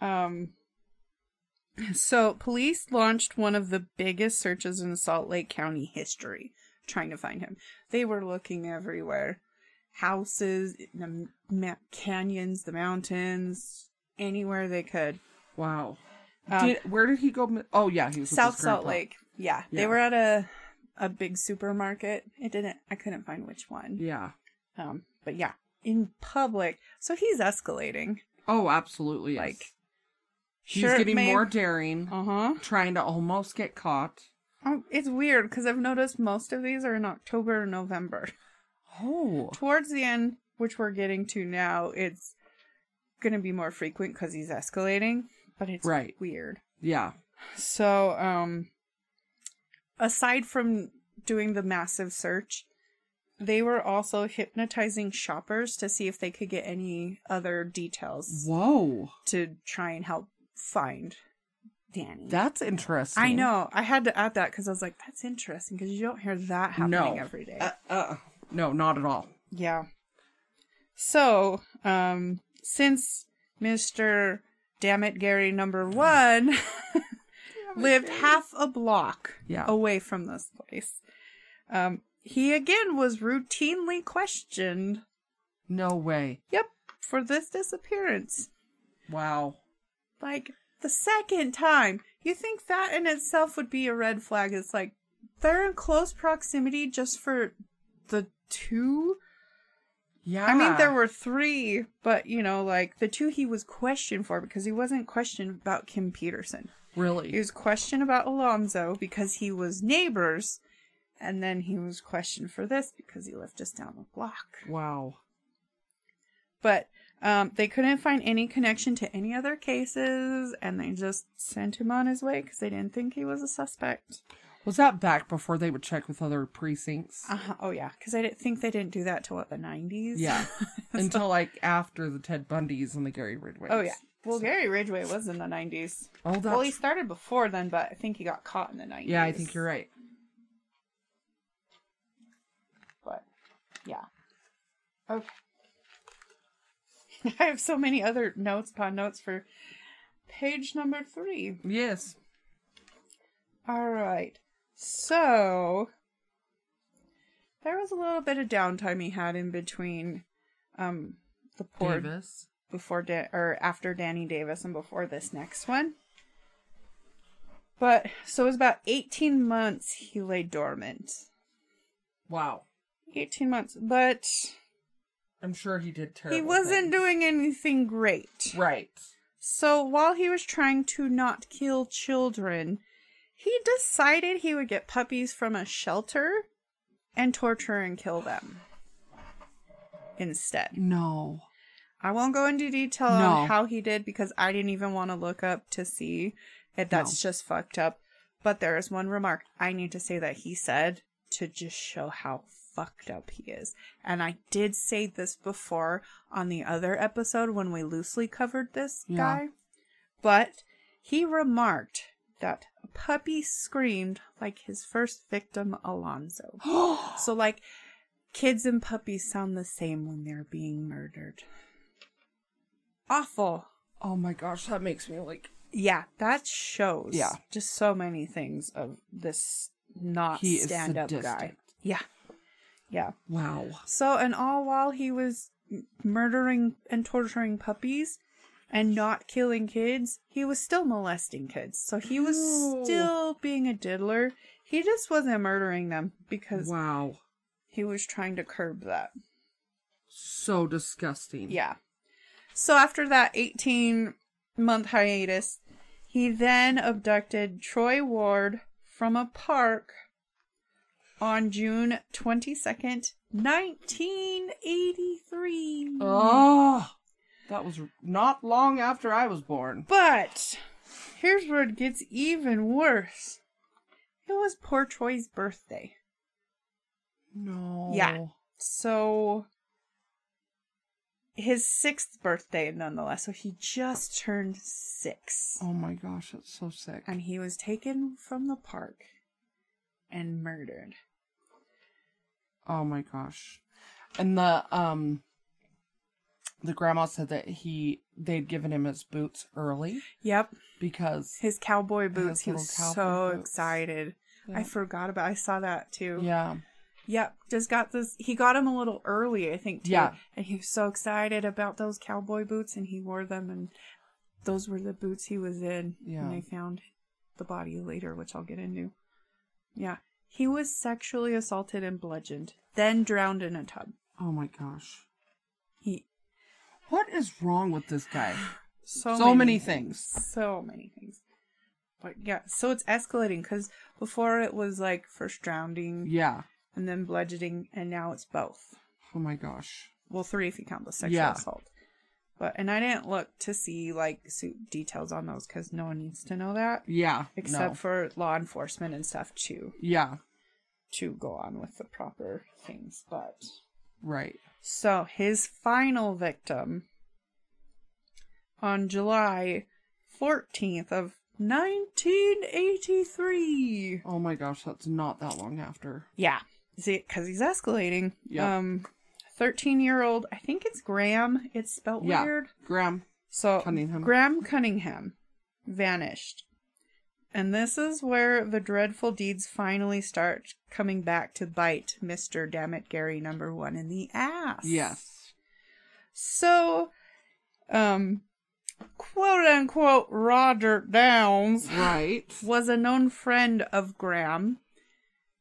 [SPEAKER 1] Um so police launched one of the biggest searches in Salt Lake County history trying to find him. They were looking everywhere. Houses, the ma- canyons, the mountains, anywhere they could.
[SPEAKER 2] Wow.
[SPEAKER 1] Um,
[SPEAKER 2] did, where did he go? mi- Oh, yeah, he was with
[SPEAKER 1] South
[SPEAKER 2] his
[SPEAKER 1] Salt
[SPEAKER 2] grandpa.
[SPEAKER 1] Lake. Yeah,
[SPEAKER 2] Yeah.
[SPEAKER 1] They were at a a big supermarket. It didn't I couldn't find which one.
[SPEAKER 2] Yeah.
[SPEAKER 1] Um but yeah, in public. So he's escalating.
[SPEAKER 2] Oh, absolutely. yes.
[SPEAKER 1] Like
[SPEAKER 2] he's
[SPEAKER 1] sure, it
[SPEAKER 2] getting
[SPEAKER 1] may-
[SPEAKER 2] more daring,
[SPEAKER 1] Uh-huh.
[SPEAKER 2] trying to almost get caught.
[SPEAKER 1] Um, it's weird because I've noticed most of these are in October or November.
[SPEAKER 2] Oh,
[SPEAKER 1] Towards the end, which we're getting to now, it's going to be more frequent because he's escalating, but it's
[SPEAKER 2] Right.
[SPEAKER 1] weird.
[SPEAKER 2] yeah.
[SPEAKER 1] So, um, aside from doing the massive search, they were also hypnotizing shoppers to see if they could get any other details
[SPEAKER 2] Whoa,
[SPEAKER 1] to try and help find Danny.
[SPEAKER 2] that's interesting.
[SPEAKER 1] I know. I had to add that because I was like, that's interesting because you don't hear that happening
[SPEAKER 2] No.
[SPEAKER 1] every day.
[SPEAKER 2] Uh, uh, no, not at all.
[SPEAKER 1] yeah. So, um, since Mr. Dammit Gary number one <laughs> lived half a block
[SPEAKER 2] Yeah.
[SPEAKER 1] away from this place, um, he again was routinely questioned
[SPEAKER 2] No way.
[SPEAKER 1] for this disappearance.
[SPEAKER 2] Wow.
[SPEAKER 1] Like, the second time. You think that in itself would be a red flag. It's like, they're in close proximity just for the two
[SPEAKER 2] Yeah.
[SPEAKER 1] I mean, there were three, but you know, like the two he was questioned for because he wasn't questioned about Kim Peterson.
[SPEAKER 2] really.
[SPEAKER 1] He was questioned about Alonzo because he was neighbors, and then he was questioned for this because he lived just down the block.
[SPEAKER 2] wow.
[SPEAKER 1] But Um, they couldn't find any connection to any other cases, and they just sent him on his way because they didn't think he was a suspect.
[SPEAKER 2] Was that back before they would check with other precincts?
[SPEAKER 1] Uh-huh. Oh yeah, because I didn't think they didn't do that till what the nineties.
[SPEAKER 2] Yeah.
[SPEAKER 1] <laughs>
[SPEAKER 2] Until like after the Ted Bundys and the Gary Ridways.
[SPEAKER 1] Oh yeah. Well, Gary Ridgway was in the nineties.
[SPEAKER 2] Oh, that's...
[SPEAKER 1] Well, he started before then, but I think he got caught in the nineties.
[SPEAKER 2] yeah, I think you're right.
[SPEAKER 1] But yeah. Okay. <laughs> I have so many other notes upon notes for page number three.
[SPEAKER 2] Yes.
[SPEAKER 1] All right. So there was a little bit of downtime he had in between um the poor
[SPEAKER 2] Davis.
[SPEAKER 1] before da- or after Danny Davis and before this next one. But so it was about 18 months he lay dormant.
[SPEAKER 2] Wow.
[SPEAKER 1] 18 months, but
[SPEAKER 2] I'm sure he did terrible.
[SPEAKER 1] he wasn't
[SPEAKER 2] things.
[SPEAKER 1] doing anything great.
[SPEAKER 2] right.
[SPEAKER 1] So while he was trying to not kill children, he decided he would get puppies from a shelter and torture and kill them instead.
[SPEAKER 2] No.
[SPEAKER 1] I won't go into detail
[SPEAKER 2] No.
[SPEAKER 1] on how he did because I didn't even want to look up to see if that's just fucked up. But there is one remark I need to say that he said to just show how fucked up he is. And I did say this before on the other episode when we loosely covered this
[SPEAKER 2] Yeah.
[SPEAKER 1] guy. But he remarked that a puppy screamed like his first victim,
[SPEAKER 2] <gasps>
[SPEAKER 1] Alonzo. <gasps> so, like, kids and puppies sound the same when they're being murdered awful.
[SPEAKER 2] <gasps> Oh my gosh, that makes me like
[SPEAKER 1] Yeah, that shows.
[SPEAKER 2] Yeah.
[SPEAKER 1] just so many things of this not
[SPEAKER 2] He is
[SPEAKER 1] stand-up guy.
[SPEAKER 2] sadistic.
[SPEAKER 1] Yeah, yeah.
[SPEAKER 2] wow.
[SPEAKER 1] So, and all while he was m- murdering and torturing puppies and not killing kids, he was still molesting kids. So he was
[SPEAKER 2] No.
[SPEAKER 1] still being a diddler. He just wasn't murdering them because
[SPEAKER 2] Wow.
[SPEAKER 1] he was trying to curb that.
[SPEAKER 2] So disgusting.
[SPEAKER 1] Yeah. So after that 18 month hiatus, he then abducted Troy Ward from a park on June 22nd, 1983.
[SPEAKER 2] Oh. That was not long after I was born.
[SPEAKER 1] But here's where it gets even worse. It was poor Troy's birthday.
[SPEAKER 2] No.
[SPEAKER 1] Yeah. So his sixth birthday nonetheless. So he just turned 6.
[SPEAKER 2] Oh my gosh, that's so sick.
[SPEAKER 1] and he was taken from the park and murdered.
[SPEAKER 2] Oh my gosh. And the um the grandma said that he they'd given him his boots early
[SPEAKER 1] Yep,
[SPEAKER 2] because
[SPEAKER 1] his cowboy boots. he
[SPEAKER 2] little
[SPEAKER 1] was
[SPEAKER 2] cowboy
[SPEAKER 1] so
[SPEAKER 2] boots.
[SPEAKER 1] excited. I
[SPEAKER 2] Yeah.
[SPEAKER 1] forgot about. I saw that too.
[SPEAKER 2] yeah.
[SPEAKER 1] Yep, just got this. He got him a little early, I think. Too.
[SPEAKER 2] Yeah.
[SPEAKER 1] and he was so excited about those cowboy boots, and he wore them, and those were the boots he was in.
[SPEAKER 2] Yeah.
[SPEAKER 1] and they found the body later, which I'll get into. Yeah, he was sexually assaulted and bludgeoned, then drowned in a tub.
[SPEAKER 2] Oh my gosh.
[SPEAKER 1] He
[SPEAKER 2] What is wrong with this guy?
[SPEAKER 1] <sighs> so,
[SPEAKER 2] So
[SPEAKER 1] many,
[SPEAKER 2] many
[SPEAKER 1] things.
[SPEAKER 2] things.
[SPEAKER 1] So many things. But yeah, so it's escalating because before it was like first drowning
[SPEAKER 2] Yeah.
[SPEAKER 1] and then bludgeoning, and now it's both.
[SPEAKER 2] Oh my gosh.
[SPEAKER 1] Well, three if you count the sexual
[SPEAKER 2] Yeah.
[SPEAKER 1] assault. But and I didn't look to see like suit details on those because no one needs to know that
[SPEAKER 2] Yeah.
[SPEAKER 1] except
[SPEAKER 2] no.
[SPEAKER 1] for law enforcement and stuff to
[SPEAKER 2] Yeah.
[SPEAKER 1] to go on with the proper things. But
[SPEAKER 2] Right.
[SPEAKER 1] so his final victim on July 14th of 1983.
[SPEAKER 2] Oh my gosh, that's not that long after.
[SPEAKER 1] Yeah. See, because he's escalating.
[SPEAKER 2] Yeah.
[SPEAKER 1] Um, 13 year old, I think it's Graham. It's spelt
[SPEAKER 2] Yeah.
[SPEAKER 1] weird.
[SPEAKER 2] Graham.
[SPEAKER 1] So
[SPEAKER 2] Cunningham.
[SPEAKER 1] Graham Cunningham vanished. And this is where the dreadful deeds finally start coming back to bite Mr. Dammit Gary number one in the ass.
[SPEAKER 2] Yes.
[SPEAKER 1] So, um, quote unquote, Roger Downs <laughs>
[SPEAKER 2] Right.
[SPEAKER 1] was a known friend of Graham.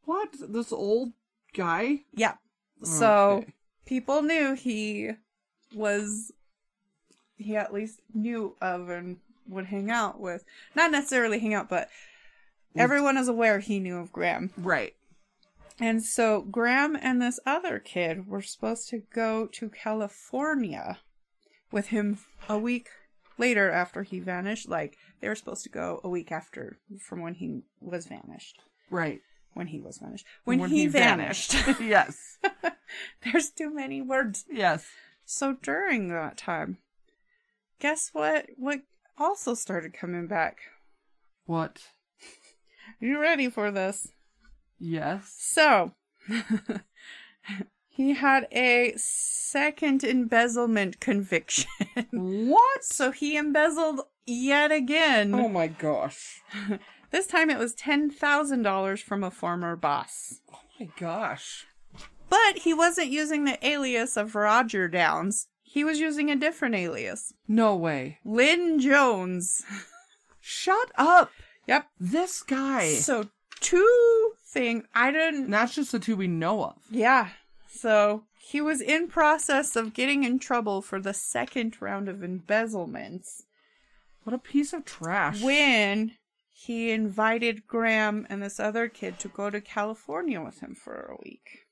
[SPEAKER 2] what? This old guy?
[SPEAKER 1] Yeah. So
[SPEAKER 2] Okay.
[SPEAKER 1] people knew he was, he at least knew of and would hang out with. Not necessarily hang out, but everyone is aware he knew of Graham.
[SPEAKER 2] Right.
[SPEAKER 1] And so Graham and this other kid were supposed to go to California with him a week later after he vanished. Like they were supposed to go a week after from when he was vanished.
[SPEAKER 2] Right.
[SPEAKER 1] When he was vanished. When, he, vanished.
[SPEAKER 2] yes.
[SPEAKER 1] <laughs> There's too many words.
[SPEAKER 2] Yes.
[SPEAKER 1] So during that time, guess what? What also started coming back?
[SPEAKER 2] What?
[SPEAKER 1] You ready for this?
[SPEAKER 2] Yes.
[SPEAKER 1] So, <laughs> he had a second embezzlement conviction. <laughs>
[SPEAKER 2] What?
[SPEAKER 1] so he embezzled yet again.
[SPEAKER 2] Oh my gosh.
[SPEAKER 1] This time it was $10,000 from a former boss.
[SPEAKER 2] Oh my gosh.
[SPEAKER 1] But he wasn't using the alias of Roger Downs. He was using a different alias.
[SPEAKER 2] No way.
[SPEAKER 1] Lynn Jones.
[SPEAKER 2] Shut up.
[SPEAKER 1] Yep.
[SPEAKER 2] This guy.
[SPEAKER 1] So two things I didn't
[SPEAKER 2] And that's just the two we know of.
[SPEAKER 1] Yeah. So he was in process of getting in trouble for the second round of embezzlements
[SPEAKER 2] What a piece of trash.
[SPEAKER 1] when he invited Graham and this other kid to go to California with him for a week.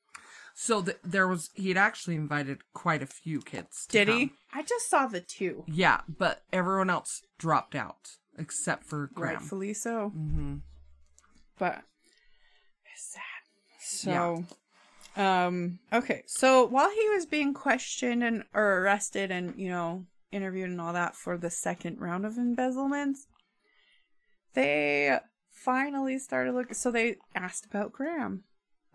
[SPEAKER 2] So th- there was he'd actually invited quite a few kids. to
[SPEAKER 1] Did he?
[SPEAKER 2] come.
[SPEAKER 1] I just saw the two.
[SPEAKER 2] Yeah, but everyone else dropped out except for Graham.
[SPEAKER 1] Rightfully so.
[SPEAKER 2] Mm-hmm.
[SPEAKER 1] But it's sad. So um okay. So while he was being questioned and or arrested and, you know, interviewed and all that for the second round of embezzlements, they finally started looking so they asked about Graham.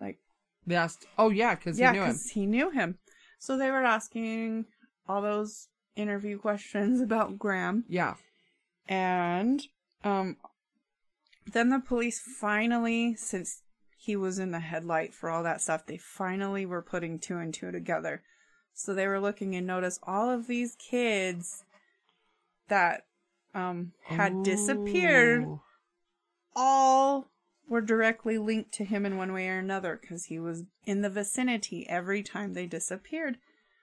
[SPEAKER 1] Like
[SPEAKER 2] They asked. Oh yeah, because
[SPEAKER 1] yeah,
[SPEAKER 2] he knew him.
[SPEAKER 1] because he knew him. So they were asking all those interview questions <laughs> about Graham.
[SPEAKER 2] Yeah.
[SPEAKER 1] And um then the police finally since he was in the headlight for all that stuff, they finally were putting two and two together. So they were looking and noticed all of these kids that um had disappeared
[SPEAKER 2] Ooh.
[SPEAKER 1] all were directly linked to him in one way or another cuz he was in the vicinity every time they disappeared.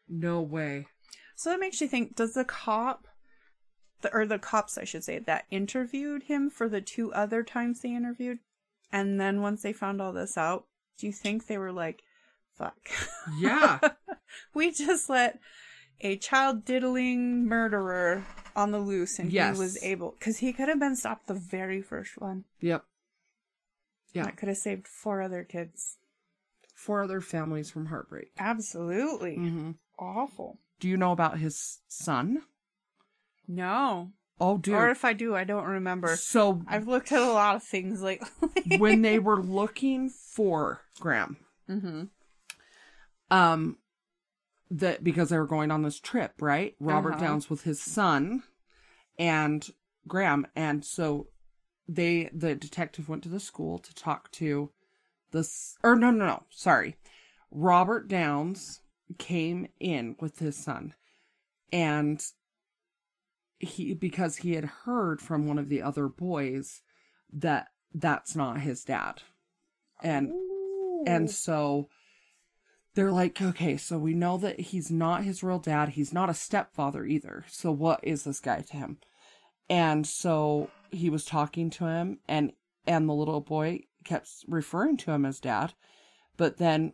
[SPEAKER 2] No way.
[SPEAKER 1] So that makes you think: Does the cop, the, or the cops, I should say, that interviewed him for the two other times they interviewed, and then once they found all this out, do you think they were like, "Fuck, <laughs>
[SPEAKER 2] Yeah.
[SPEAKER 1] we just let a child diddling murderer on the loose, and
[SPEAKER 2] Yes.
[SPEAKER 1] he was able because he could have been stopped the very first one.
[SPEAKER 2] yep. Yeah.
[SPEAKER 1] That could have saved four other kids.
[SPEAKER 2] Four other families from heartbreak.
[SPEAKER 1] Absolutely
[SPEAKER 2] Mm-hmm.
[SPEAKER 1] awful.
[SPEAKER 2] Do you know about his son?
[SPEAKER 1] No,
[SPEAKER 2] Oh, dude.
[SPEAKER 1] or if I do, I don't remember.
[SPEAKER 2] so
[SPEAKER 1] I've looked at a lot of things lately. <laughs>
[SPEAKER 2] when they were looking for Graham,
[SPEAKER 1] mm-hmm.
[SPEAKER 2] um that because they were going on this trip right robert
[SPEAKER 1] Uh-huh.
[SPEAKER 2] downs with his son and graham and so they the detective went to the school to talk to this or no no no sorry robert downs came in with his son and he because he had heard from one of the other boys that that's not his dad and
[SPEAKER 1] Oh.
[SPEAKER 2] and so they're like, okay, so we know that he's not his real dad. He's not a stepfather either. So what is this guy to him? And so he was talking to him and and the little boy kept referring to him as dad. But then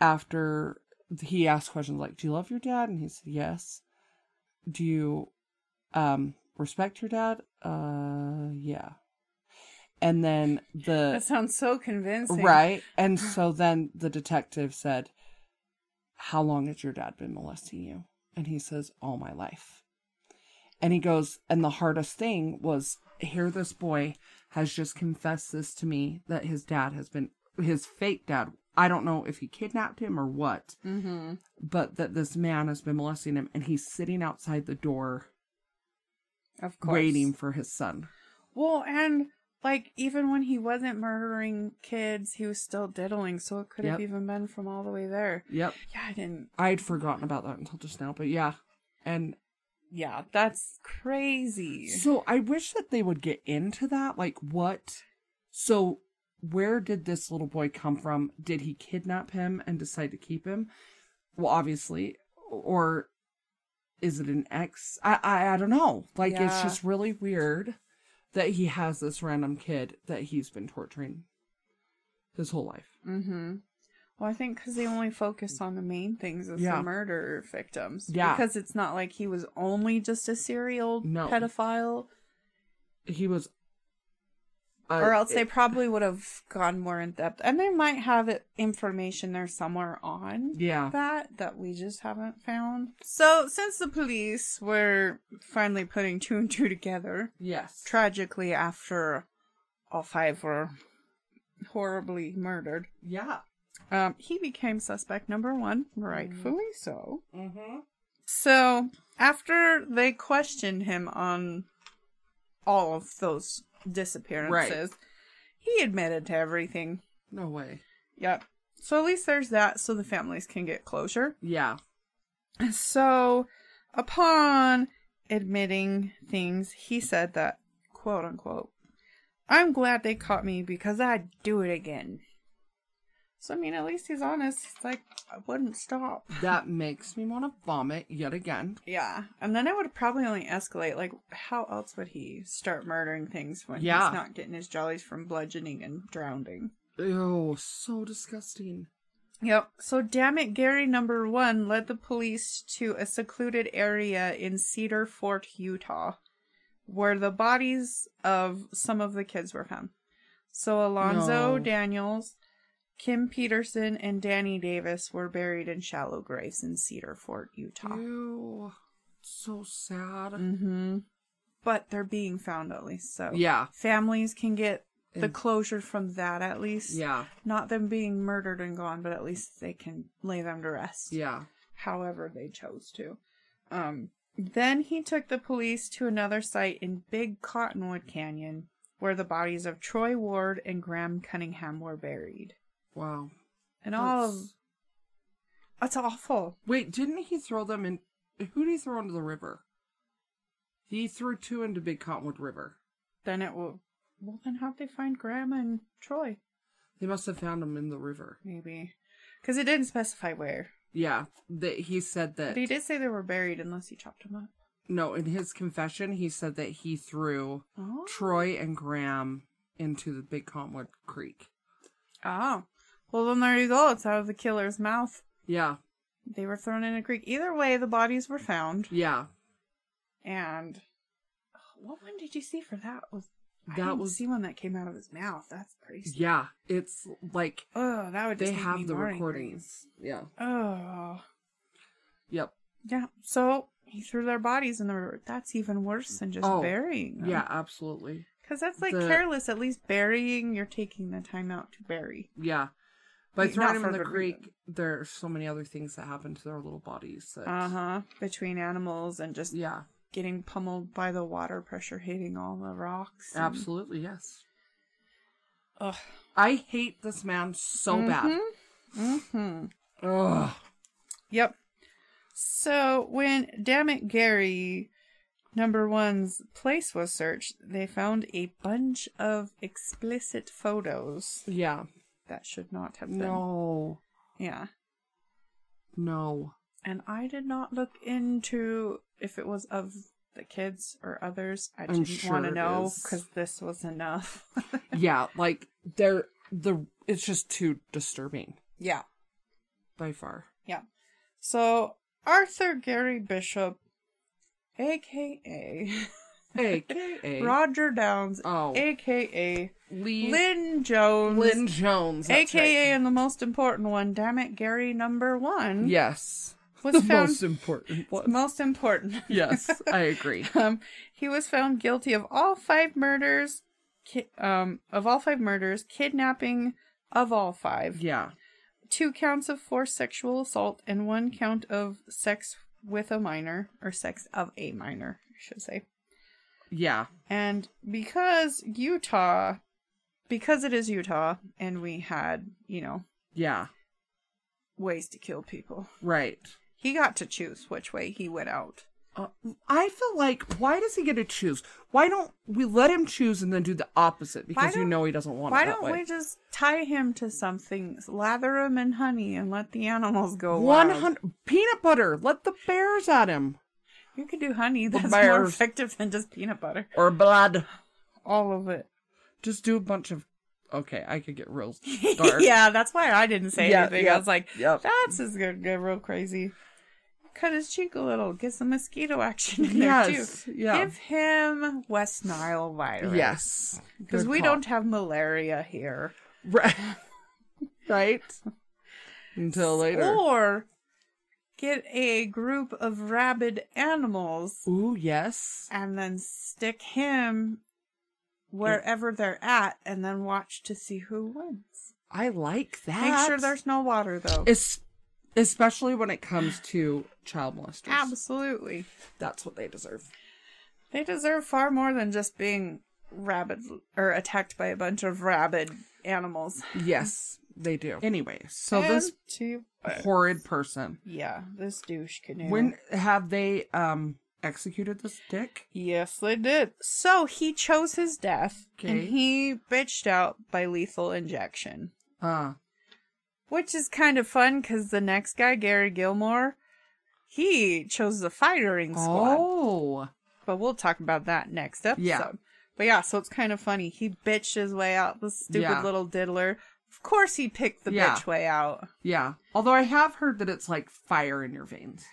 [SPEAKER 2] after he asked questions like, "Do you love your dad?" and he said, "Yes." "Do you um respect your dad?" "Uh, yeah." And then the
[SPEAKER 1] that sounds so convincing,
[SPEAKER 2] Right.
[SPEAKER 1] <laughs>
[SPEAKER 2] And so then the detective said, How long has your dad been molesting you? And he says, All my life. And he goes, And the hardest thing was here, this boy has just confessed this to me that his dad has been his fake dad. I don't know if he kidnapped him or what,
[SPEAKER 1] Mm-hmm.
[SPEAKER 2] but that this man has been molesting him and he's sitting outside the door
[SPEAKER 1] Of course.
[SPEAKER 2] waiting for his son.
[SPEAKER 1] Well, and like even when he wasn't murdering kids, he was still diddling, so it could have
[SPEAKER 2] Yep.
[SPEAKER 1] even been from all the way there.
[SPEAKER 2] Yep.
[SPEAKER 1] Yeah, I didn't.
[SPEAKER 2] I'd forgotten about that until just now, but yeah. And
[SPEAKER 1] Yeah, that's crazy.
[SPEAKER 2] So I wish that they would get into that. Like, what? So, where did this little boy come from? Did he kidnap him and decide to keep him? Well, obviously. Or is it an ex? I I, I don't know. Like, it's
[SPEAKER 1] Yeah.
[SPEAKER 2] just really weird that he has this random kid that he's been torturing his whole life.
[SPEAKER 1] Mm-hmm. Well, I think because they only focus on the main things as
[SPEAKER 2] Yeah.
[SPEAKER 1] the murder victims.
[SPEAKER 2] Yeah.
[SPEAKER 1] Because it's not like he was only just a serial
[SPEAKER 2] No.
[SPEAKER 1] pedophile,
[SPEAKER 2] He was. uh,
[SPEAKER 1] or else they
[SPEAKER 2] it-
[SPEAKER 1] probably would have gone more in depth. And they might have it, information there somewhere on
[SPEAKER 2] Yeah.
[SPEAKER 1] that that we just haven't found. So, since the police were finally putting two and two together,
[SPEAKER 2] Yes.
[SPEAKER 1] tragically after all five were horribly murdered,
[SPEAKER 2] yeah.
[SPEAKER 1] um, he became suspect number one, rightfully so.
[SPEAKER 2] Mm-hmm.
[SPEAKER 1] So, after they questioned him on all of those disappearances, he admitted to everything.
[SPEAKER 2] No way.
[SPEAKER 1] Yep. So, at least there's that so the families can get closure.
[SPEAKER 2] Yeah.
[SPEAKER 1] So, upon admitting things, he said that, quote unquote, I'm glad they caught me because I'd do it again. So, I mean, at least he's honest. It's like, I wouldn't stop.
[SPEAKER 2] That makes me want to vomit yet again.
[SPEAKER 1] Yeah. And then it would probably only escalate. Like, how else would he start murdering things when
[SPEAKER 2] Yeah.
[SPEAKER 1] he's not getting his jollies from bludgeoning and drowning?
[SPEAKER 2] Oh, so disgusting.
[SPEAKER 1] Yep. So, damn it, Gary number one led the police to a secluded area in Cedar Fort, Utah, where the bodies of some of the kids were found. So, Alonzo
[SPEAKER 2] No.
[SPEAKER 1] Daniels, Kim Peterson, and Danny Davis were buried in shallow graves in Cedar Fort, Utah.
[SPEAKER 2] Ew. So sad.
[SPEAKER 1] Mm-hmm. But they're being found at least, so
[SPEAKER 2] Yeah.
[SPEAKER 1] families can get the
[SPEAKER 2] And-
[SPEAKER 1] closure from that at least.
[SPEAKER 2] Yeah.
[SPEAKER 1] Not them being murdered and gone, but at least they can lay them to rest.
[SPEAKER 2] Yeah.
[SPEAKER 1] However they chose to. Um then he took the police to another site in Big Cottonwood Canyon where the bodies of Troy Ward and Graham Cunningham were buried.
[SPEAKER 2] Wow.
[SPEAKER 1] And all of
[SPEAKER 2] That's-
[SPEAKER 1] that's awful.
[SPEAKER 2] Wait, didn't he throw them in? Who did he throw into the river? He threw two into Big Cottonwood River.
[SPEAKER 1] Then it will well then how'd they find Graham and Troy?
[SPEAKER 2] They must have found them in the river.
[SPEAKER 1] Maybe. Because it didn't specify where.
[SPEAKER 2] Yeah, that he said that.
[SPEAKER 1] But he did say they were buried unless he chopped them up.
[SPEAKER 2] No, in his confession, he said that he threw
[SPEAKER 1] Oh.
[SPEAKER 2] Troy and Graham into the Big Cottonwood Creek.
[SPEAKER 1] Oh. Well, then there you go. It's out of the killer's mouth.
[SPEAKER 2] Yeah,
[SPEAKER 1] They were thrown in a creek. Either way, the bodies were found.
[SPEAKER 2] yeah,
[SPEAKER 1] And what one did you see for that? Was I
[SPEAKER 2] That
[SPEAKER 1] didn't
[SPEAKER 2] was-
[SPEAKER 1] see one that came out of his mouth. That's crazy.
[SPEAKER 2] yeah. It's like
[SPEAKER 1] Oh, that would just
[SPEAKER 2] they
[SPEAKER 1] make me
[SPEAKER 2] have the
[SPEAKER 1] morning
[SPEAKER 2] recordings. Yeah.
[SPEAKER 1] green. Oh,
[SPEAKER 2] Yep.
[SPEAKER 1] yeah. So he threw their bodies in the river. That's even worse than just
[SPEAKER 2] Oh,
[SPEAKER 1] burying them.
[SPEAKER 2] Yeah, absolutely.
[SPEAKER 1] because that's like
[SPEAKER 2] The-
[SPEAKER 1] careless. At least burying, you're taking the time out to bury.
[SPEAKER 2] Yeah. By
[SPEAKER 1] Not
[SPEAKER 2] throwing them
[SPEAKER 1] for
[SPEAKER 2] in the
[SPEAKER 1] good
[SPEAKER 2] creek,
[SPEAKER 1] reason.
[SPEAKER 2] there are so many other things that happen to their little bodies. That,
[SPEAKER 1] Uh huh. Between animals and just
[SPEAKER 2] Yeah,
[SPEAKER 1] getting pummeled by the water pressure hitting all the
[SPEAKER 2] Mm-hmm.
[SPEAKER 1] rocks. and-
[SPEAKER 2] absolutely. Yes.
[SPEAKER 1] Ugh.
[SPEAKER 2] I hate this man so bad.
[SPEAKER 1] Mm-hmm.
[SPEAKER 2] Ugh.
[SPEAKER 1] Yep. So when Damn It Gary number one's place was searched, they found a bunch of explicit photos
[SPEAKER 2] Yeah.
[SPEAKER 1] that should not have been.
[SPEAKER 2] No.
[SPEAKER 1] Yeah.
[SPEAKER 2] No.
[SPEAKER 1] And I did not look into if it was of the kids or others. I
[SPEAKER 2] I'm
[SPEAKER 1] didn't want
[SPEAKER 2] sure
[SPEAKER 1] to
[SPEAKER 2] it
[SPEAKER 1] know
[SPEAKER 2] is.
[SPEAKER 1] because this was enough. <laughs>
[SPEAKER 2] yeah, like they're the it's just too disturbing
[SPEAKER 1] yeah.
[SPEAKER 2] by <laughs> far.
[SPEAKER 1] Yeah. So Arthur Gary Bishop, aka
[SPEAKER 2] AKA
[SPEAKER 1] Roger Downs,
[SPEAKER 2] Oh,
[SPEAKER 1] aka
[SPEAKER 2] Lee
[SPEAKER 1] Lynn Jones,
[SPEAKER 2] Lynn Jones, that's
[SPEAKER 1] aka
[SPEAKER 2] right.
[SPEAKER 1] and the most important one, damn it, Gary number one,
[SPEAKER 2] yes,
[SPEAKER 1] was
[SPEAKER 2] the
[SPEAKER 1] found
[SPEAKER 2] most important
[SPEAKER 1] <laughs>
[SPEAKER 2] one.
[SPEAKER 1] most important.
[SPEAKER 2] yes, I agree.
[SPEAKER 1] um, he was found guilty of all five murders, ki- um, of all five murders, kidnapping of all five.
[SPEAKER 2] Yeah,
[SPEAKER 1] two counts of forced sexual assault and one count of sex with a minor or sex of a minor, I should say.
[SPEAKER 2] yeah,
[SPEAKER 1] And because Utah, because it is Utah, and we had, you know,
[SPEAKER 2] yeah,
[SPEAKER 1] ways to kill people,
[SPEAKER 2] right.
[SPEAKER 1] he got to choose which way he went out.
[SPEAKER 2] Uh, I feel like why does he get to choose? Why don't we let him choose and then do the opposite because you
[SPEAKER 1] don't-
[SPEAKER 2] know he doesn't want
[SPEAKER 1] Why
[SPEAKER 2] it that
[SPEAKER 1] don't
[SPEAKER 2] way.
[SPEAKER 1] we just tie him to something, lather him in honey, and let the animals go
[SPEAKER 2] One
[SPEAKER 1] wild?
[SPEAKER 2] hundred peanut butter. Let the bears at him
[SPEAKER 1] You could do honey. <laughs>
[SPEAKER 2] The
[SPEAKER 1] That's more
[SPEAKER 2] bears.
[SPEAKER 1] effective than just peanut butter.
[SPEAKER 2] or blood.
[SPEAKER 1] All of it.
[SPEAKER 2] Just do a bunch of okay, I could
[SPEAKER 1] <laughs>
[SPEAKER 2] get real dark.
[SPEAKER 1] yeah, that's why I didn't say
[SPEAKER 2] Yeah,
[SPEAKER 1] anything.
[SPEAKER 2] yeah.
[SPEAKER 1] I was like,
[SPEAKER 2] Yep.
[SPEAKER 1] that's just gonna go real crazy. Cut his cheek a little. Get some mosquito action in there too.
[SPEAKER 2] Yes. Yeah.
[SPEAKER 1] Give him West Nile virus.
[SPEAKER 2] Yes.
[SPEAKER 1] Because
[SPEAKER 2] Good
[SPEAKER 1] we
[SPEAKER 2] call.
[SPEAKER 1] don't have malaria here.
[SPEAKER 2] Right. <laughs> right. Until later.
[SPEAKER 1] Or get a group of rabid animals
[SPEAKER 2] Ooh, yes.
[SPEAKER 1] and then stick him wherever they're at and then watch to see who wins.
[SPEAKER 2] I like that.
[SPEAKER 1] Make sure there's no water though.
[SPEAKER 2] Es- especially when it comes to child molesters.
[SPEAKER 1] Absolutely.
[SPEAKER 2] That's what they deserve.
[SPEAKER 1] They deserve far more than just being rabid or attacked by a bunch of rabid animals.
[SPEAKER 2] Yes, they do. Anyway, so
[SPEAKER 1] And
[SPEAKER 2] this
[SPEAKER 1] to-
[SPEAKER 2] horrid person.
[SPEAKER 1] yeah, this douche canoe.
[SPEAKER 2] When have they um executed this dick?
[SPEAKER 1] Yes, they did. So he chose his death and
[SPEAKER 2] Okay.
[SPEAKER 1] he bitched out by lethal injection,
[SPEAKER 2] Uh
[SPEAKER 1] which is kind of fun because the next guy, Gary Gilmore, he chose the firing squad.
[SPEAKER 2] oh
[SPEAKER 1] But we'll talk about that next episode.
[SPEAKER 2] Yeah.
[SPEAKER 1] But yeah, so it's kind of funny. He bitched his way out, the stupid
[SPEAKER 2] Yeah.
[SPEAKER 1] little diddler. Of course he picked the
[SPEAKER 2] Yeah.
[SPEAKER 1] bitch way out.
[SPEAKER 2] yeah. Although I have heard that it's like fire in your veins.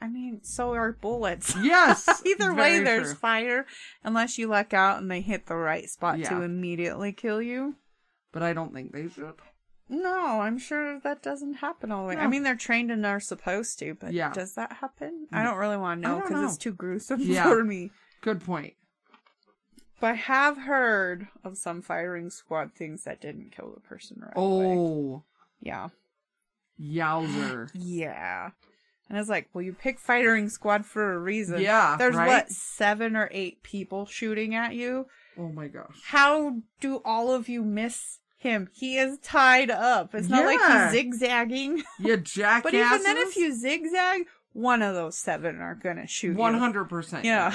[SPEAKER 1] I mean, so are
[SPEAKER 2] <laughs>
[SPEAKER 1] bullets. <laughs>
[SPEAKER 2] Yes.
[SPEAKER 1] Either way,
[SPEAKER 2] very
[SPEAKER 1] there's
[SPEAKER 2] true.
[SPEAKER 1] fire unless you luck out and they hit the right spot
[SPEAKER 2] Yeah.
[SPEAKER 1] to immediately kill you.
[SPEAKER 2] But I don't think they should.
[SPEAKER 1] No, I'm sure that doesn't happen all the way. I
[SPEAKER 2] No.
[SPEAKER 1] mean, they're trained and are supposed to, but
[SPEAKER 2] Yeah. Mm.
[SPEAKER 1] does that happen? I don't really want to
[SPEAKER 2] I
[SPEAKER 1] know
[SPEAKER 2] don't
[SPEAKER 1] because it's
[SPEAKER 2] know.
[SPEAKER 1] too gruesome <laughs>
[SPEAKER 2] Yeah.
[SPEAKER 1] for me.
[SPEAKER 2] Good point.
[SPEAKER 1] But I have heard of some firing squad things that didn't kill the person right away.
[SPEAKER 2] Oh
[SPEAKER 1] Yeah.
[SPEAKER 2] yowzer.
[SPEAKER 1] Yeah. And it's like, well, you pick firing squad for a reason.
[SPEAKER 2] Yeah,
[SPEAKER 1] There's
[SPEAKER 2] right?
[SPEAKER 1] what, seven or eight people shooting at you?
[SPEAKER 2] <gasps> Oh my gosh.
[SPEAKER 1] How do all of you miss him? He is tied up. It's not
[SPEAKER 2] Yeah.
[SPEAKER 1] like he's zigzagging. <laughs>
[SPEAKER 2] You jackass.
[SPEAKER 1] But even then, if you zigzag, one of those seven are gonna shoot
[SPEAKER 2] one
[SPEAKER 1] you.
[SPEAKER 2] hundred percent.
[SPEAKER 1] Yeah.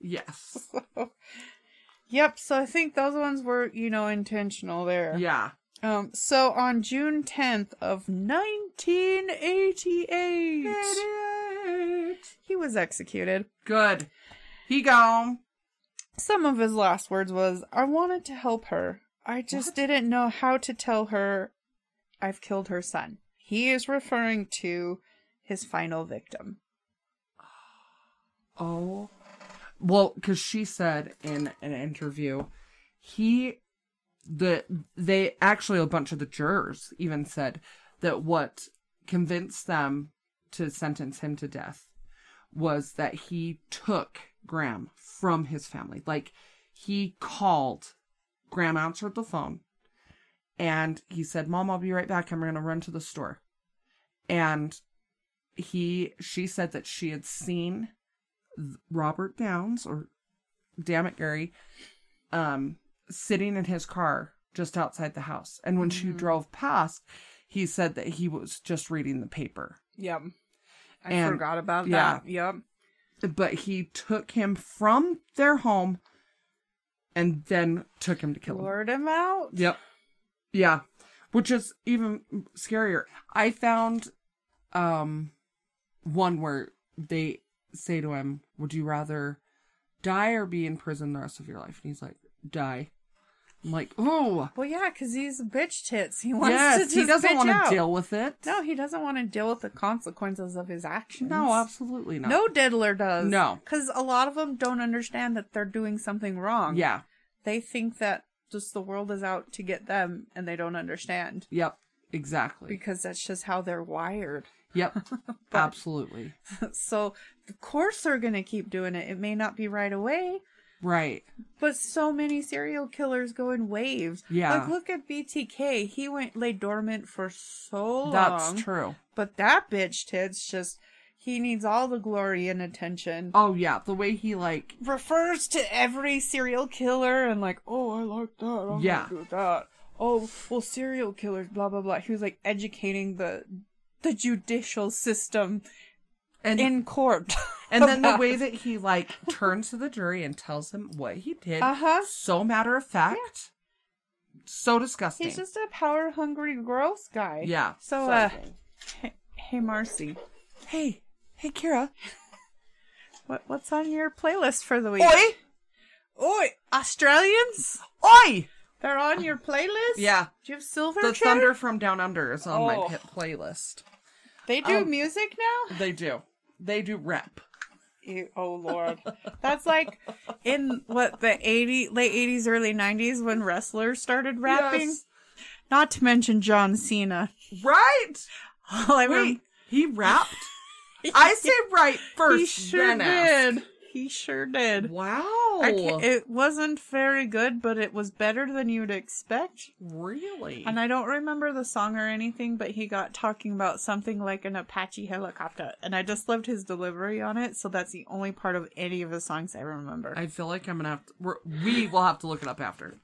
[SPEAKER 2] Yes.
[SPEAKER 1] <laughs> Yep. So I think those ones were, you know, intentional there.
[SPEAKER 2] Yeah.
[SPEAKER 1] Um. So on June 10th of 1988, he was executed.
[SPEAKER 2] Good. He gone.
[SPEAKER 1] Some of his last words was, "I wanted to help her. I just
[SPEAKER 2] What?
[SPEAKER 1] didn't know how to tell her I've killed her son." He is referring to his final victim.
[SPEAKER 2] Oh. Well, because she said in an interview, he, the, they actually, a bunch of the jurors even said that what convinced them to sentence him to death was that he took Graham from his family. Like, he called, Graham answered the phone, and he said, Mom, I'll be right back. I'm going to run to the store. And he, she said that she had seen Robert Downs or damn it Gary um sitting in his car just outside the house and when she drove past he said that he was just reading the paper
[SPEAKER 1] Yep. I
[SPEAKER 2] And-
[SPEAKER 1] forgot about
[SPEAKER 2] yeah.
[SPEAKER 1] that. Yep.
[SPEAKER 2] but he took him from their home and then took him to kill him
[SPEAKER 1] Lured him out?
[SPEAKER 2] Yep. Yeah. Which is even scarier. I found um one where they say to him, Would you rather die or be in prison the rest of your life? And he's like, Die. I'm like, Oh
[SPEAKER 1] Well, yeah, because he's bitch tits. He wants to
[SPEAKER 2] yes,
[SPEAKER 1] just
[SPEAKER 2] he doesn't
[SPEAKER 1] want to
[SPEAKER 2] deal with it.
[SPEAKER 1] No, he doesn't want to deal with the consequences of his actions.
[SPEAKER 2] No, absolutely not.
[SPEAKER 1] No diddler does.
[SPEAKER 2] No.
[SPEAKER 1] Because a lot of them don't understand that they're doing something wrong.
[SPEAKER 2] Yeah.
[SPEAKER 1] They think that just the world is out to get them and they don't understand
[SPEAKER 2] Yep. Exactly.
[SPEAKER 1] because that's just how they're wired. <laughs>
[SPEAKER 2] Yep. absolutely.
[SPEAKER 1] so, of course, they're going to keep doing it. It may not be right away,
[SPEAKER 2] Right.
[SPEAKER 1] But so many serial killers go in waves.
[SPEAKER 2] Yeah.
[SPEAKER 1] Like look at BTK. He went lay dormant for so long.
[SPEAKER 2] That's true.
[SPEAKER 1] But that bitch tits just he needs all the glory and attention.
[SPEAKER 2] Oh yeah. The way he like
[SPEAKER 1] Refers to every serial killer and like, oh I like that. I'm
[SPEAKER 2] Yeah.
[SPEAKER 1] yeah. do that. Oh well serial killers, blah blah blah. He was like educating the the judicial system
[SPEAKER 2] and
[SPEAKER 1] in court.
[SPEAKER 2] <laughs> And then the
[SPEAKER 1] about-
[SPEAKER 2] way that he like turns to the jury and tells him what he did,
[SPEAKER 1] Uh-huh.
[SPEAKER 2] so matter of fact, so disgusting.
[SPEAKER 1] He's just a power hungry growth guy.
[SPEAKER 2] yeah.
[SPEAKER 1] So uh Hey Marcy,
[SPEAKER 2] hey, hey, Kira.
[SPEAKER 1] what what's on your playlist for the week?
[SPEAKER 2] Oi,
[SPEAKER 1] Oi, Australians?
[SPEAKER 2] oi,
[SPEAKER 1] They're on your playlist?
[SPEAKER 2] Yeah.
[SPEAKER 1] Do you have Silver
[SPEAKER 2] The
[SPEAKER 1] Chair?
[SPEAKER 2] Thunder from Down Under is on my
[SPEAKER 3] Oh.
[SPEAKER 2] pit playlist.
[SPEAKER 1] They do
[SPEAKER 2] um,
[SPEAKER 1] music now?
[SPEAKER 2] They do. They do rap.
[SPEAKER 1] Ew, oh lord. That's like in what the 80 late 80s early 90s when wrestlers started rapping.
[SPEAKER 2] Yes.
[SPEAKER 1] Not to mention John Cena. <laughs>
[SPEAKER 2] Right?
[SPEAKER 1] All I
[SPEAKER 2] Wait,
[SPEAKER 1] remember
[SPEAKER 2] Um,
[SPEAKER 1] <laughs>
[SPEAKER 2] he rapped? I said right first.
[SPEAKER 1] he sure
[SPEAKER 2] then asked.
[SPEAKER 1] did. He sure did.
[SPEAKER 2] Wow.
[SPEAKER 1] I ca- it wasn't very good, but it was better than you'd expect.
[SPEAKER 2] really?
[SPEAKER 1] And I don't remember the song or anything, but he got talking about something like an Apache helicopter. And I just loved his delivery on it, so that's the only part of any of his songs I remember.
[SPEAKER 2] I feel like I'm gonna have to. We're, we will have to look it up after.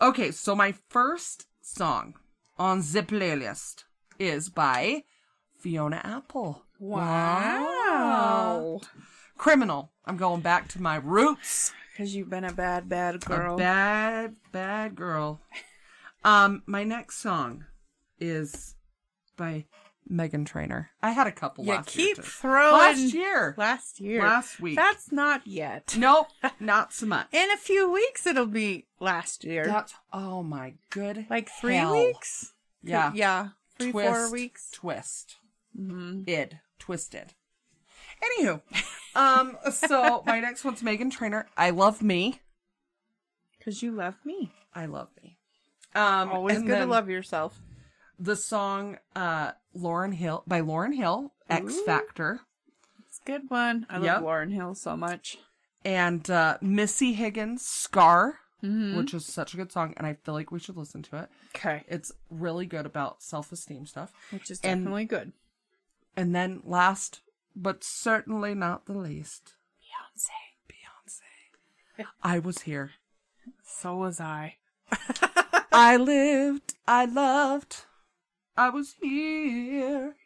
[SPEAKER 2] Okay, so my first song on the playlist is by Fiona Apple. Wow. Criminal. I'm going back to my roots.
[SPEAKER 1] Because you've been a bad, bad girl.
[SPEAKER 2] A bad, bad girl. Um, my next song is by Megan Trainer. I had a couple
[SPEAKER 1] you
[SPEAKER 2] last
[SPEAKER 1] keep
[SPEAKER 2] year. too.
[SPEAKER 1] throwing.
[SPEAKER 2] last <laughs> year.
[SPEAKER 1] Last year.
[SPEAKER 2] Last week.
[SPEAKER 1] That's not yet.
[SPEAKER 2] Nope, not so much.
[SPEAKER 1] In a few weeks, it'll be last year.
[SPEAKER 2] That's oh my good.
[SPEAKER 1] like three
[SPEAKER 2] hell.
[SPEAKER 1] weeks?
[SPEAKER 2] Yeah.
[SPEAKER 1] Yeah. Three,
[SPEAKER 2] twist,
[SPEAKER 1] four weeks.
[SPEAKER 2] Twist.
[SPEAKER 1] Mm-hmm.
[SPEAKER 2] Id. Twisted.
[SPEAKER 1] <laughs>
[SPEAKER 2] Anywho, um, so my next one's Megan Trainer. I love me.
[SPEAKER 1] Because you love me.
[SPEAKER 2] I love me. Um,
[SPEAKER 1] Always
[SPEAKER 2] and
[SPEAKER 1] good to
[SPEAKER 2] then
[SPEAKER 1] love yourself.
[SPEAKER 2] the song uh, Lauren Hill by Lauren Hill, X
[SPEAKER 1] Ooh.
[SPEAKER 2] Factor,
[SPEAKER 1] It's a good one. I love
[SPEAKER 2] Yep.
[SPEAKER 1] Lauren Hill so much.
[SPEAKER 2] and uh, Missy Higgins, Scar,
[SPEAKER 1] Mm-hmm.
[SPEAKER 2] which is such a good song, and I feel like we should listen to it.
[SPEAKER 1] Okay.
[SPEAKER 2] It's really good about self esteem stuff.
[SPEAKER 1] Which is
[SPEAKER 2] And-
[SPEAKER 1] definitely good.
[SPEAKER 2] And then last, but certainly not the least,
[SPEAKER 1] Beyonce.
[SPEAKER 2] Beyonce. I was here.
[SPEAKER 1] So was I.
[SPEAKER 2] I lived. I loved. I was here.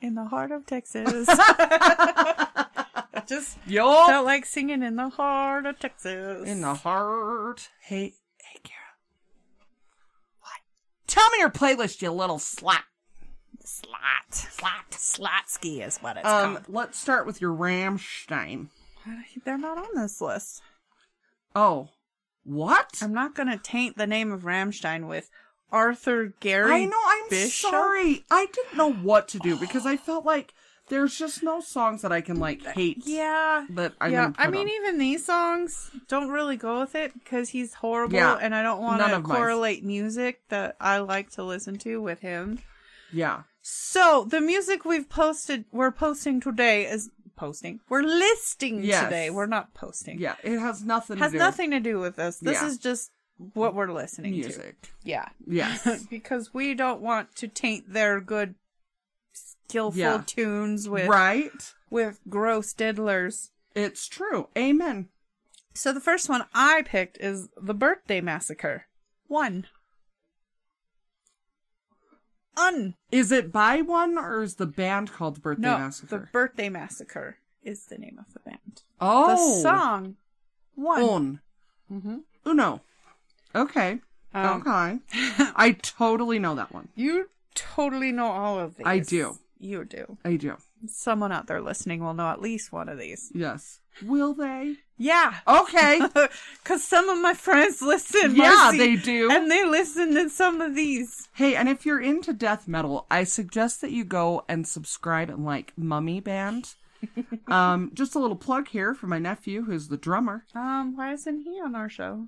[SPEAKER 1] In the heart of <laughs> Texas. Just
[SPEAKER 2] Yo.
[SPEAKER 1] felt like singing in the heart of Texas.
[SPEAKER 2] Oh. In the heart. Hey, hey, Kara. What? Tell me your playlist, you little slut.
[SPEAKER 1] slot. Slot. Slotsky is what it's
[SPEAKER 2] Um, let's start with your Ramstein.
[SPEAKER 1] called. They're not on this list.
[SPEAKER 2] Oh, what?
[SPEAKER 1] I'm not going to taint the name of Ramstein with Arthur Gary.
[SPEAKER 2] I know. I'm
[SPEAKER 1] Bishop?
[SPEAKER 2] sorry. I didn't know what to do because I felt like there's just no songs that I can like hate.
[SPEAKER 1] Yeah.
[SPEAKER 2] That I'm
[SPEAKER 1] yeah,
[SPEAKER 2] gonna put
[SPEAKER 1] I mean,
[SPEAKER 2] on.
[SPEAKER 1] even these songs don't really go with it because he's horrible,
[SPEAKER 2] Yeah,
[SPEAKER 1] and I don't want
[SPEAKER 2] none
[SPEAKER 1] to
[SPEAKER 2] of mine.
[SPEAKER 1] correlate music that I like to listen to with him.
[SPEAKER 2] yeah.
[SPEAKER 1] So the music we've posted, we're posting today is posting. We're listing
[SPEAKER 2] Yes.
[SPEAKER 1] today. We're not posting.
[SPEAKER 2] Yeah. It has nothing.
[SPEAKER 1] has
[SPEAKER 2] to do
[SPEAKER 1] nothing to do with this. This
[SPEAKER 2] Yeah.
[SPEAKER 1] is just what we're listening
[SPEAKER 2] with music.
[SPEAKER 1] to. Yeah,
[SPEAKER 2] Yes.
[SPEAKER 1] <laughs> because we don't want to taint their good, skillful
[SPEAKER 2] Yeah.
[SPEAKER 1] tunes with
[SPEAKER 2] right.
[SPEAKER 1] with gross diddlers.
[SPEAKER 2] It's true. Amen.
[SPEAKER 1] So the first one I picked is the Birthday Massacre. One. Un.
[SPEAKER 2] Is it by one or is the band called the Birthday
[SPEAKER 1] no,
[SPEAKER 2] Massacre?
[SPEAKER 1] the Birthday Massacre is the name of the band.
[SPEAKER 2] oh,
[SPEAKER 1] The song. One.
[SPEAKER 2] Un.
[SPEAKER 1] Mm-hmm.
[SPEAKER 2] Uno. Okay.
[SPEAKER 1] Um, <laughs>
[SPEAKER 2] okay. I totally know that one.
[SPEAKER 1] You totally know all of these.
[SPEAKER 2] I do.
[SPEAKER 1] You do.
[SPEAKER 2] I do.
[SPEAKER 1] Someone out there listening will know at least one of these.
[SPEAKER 2] Yes.
[SPEAKER 1] <laughs>
[SPEAKER 2] Will they?
[SPEAKER 1] Yeah.
[SPEAKER 2] Okay.
[SPEAKER 1] Because some of my friends <laughs> listen.
[SPEAKER 2] yeah,
[SPEAKER 1] Marcy,
[SPEAKER 2] they do.
[SPEAKER 1] And they listen to some of these.
[SPEAKER 2] hey, and if you're into death metal, I suggest that you go and subscribe and like
[SPEAKER 1] <laughs>
[SPEAKER 2] Mummy Band. um, just a little plug here for my nephew, who's the drummer.
[SPEAKER 1] Um, why isn't he on our show?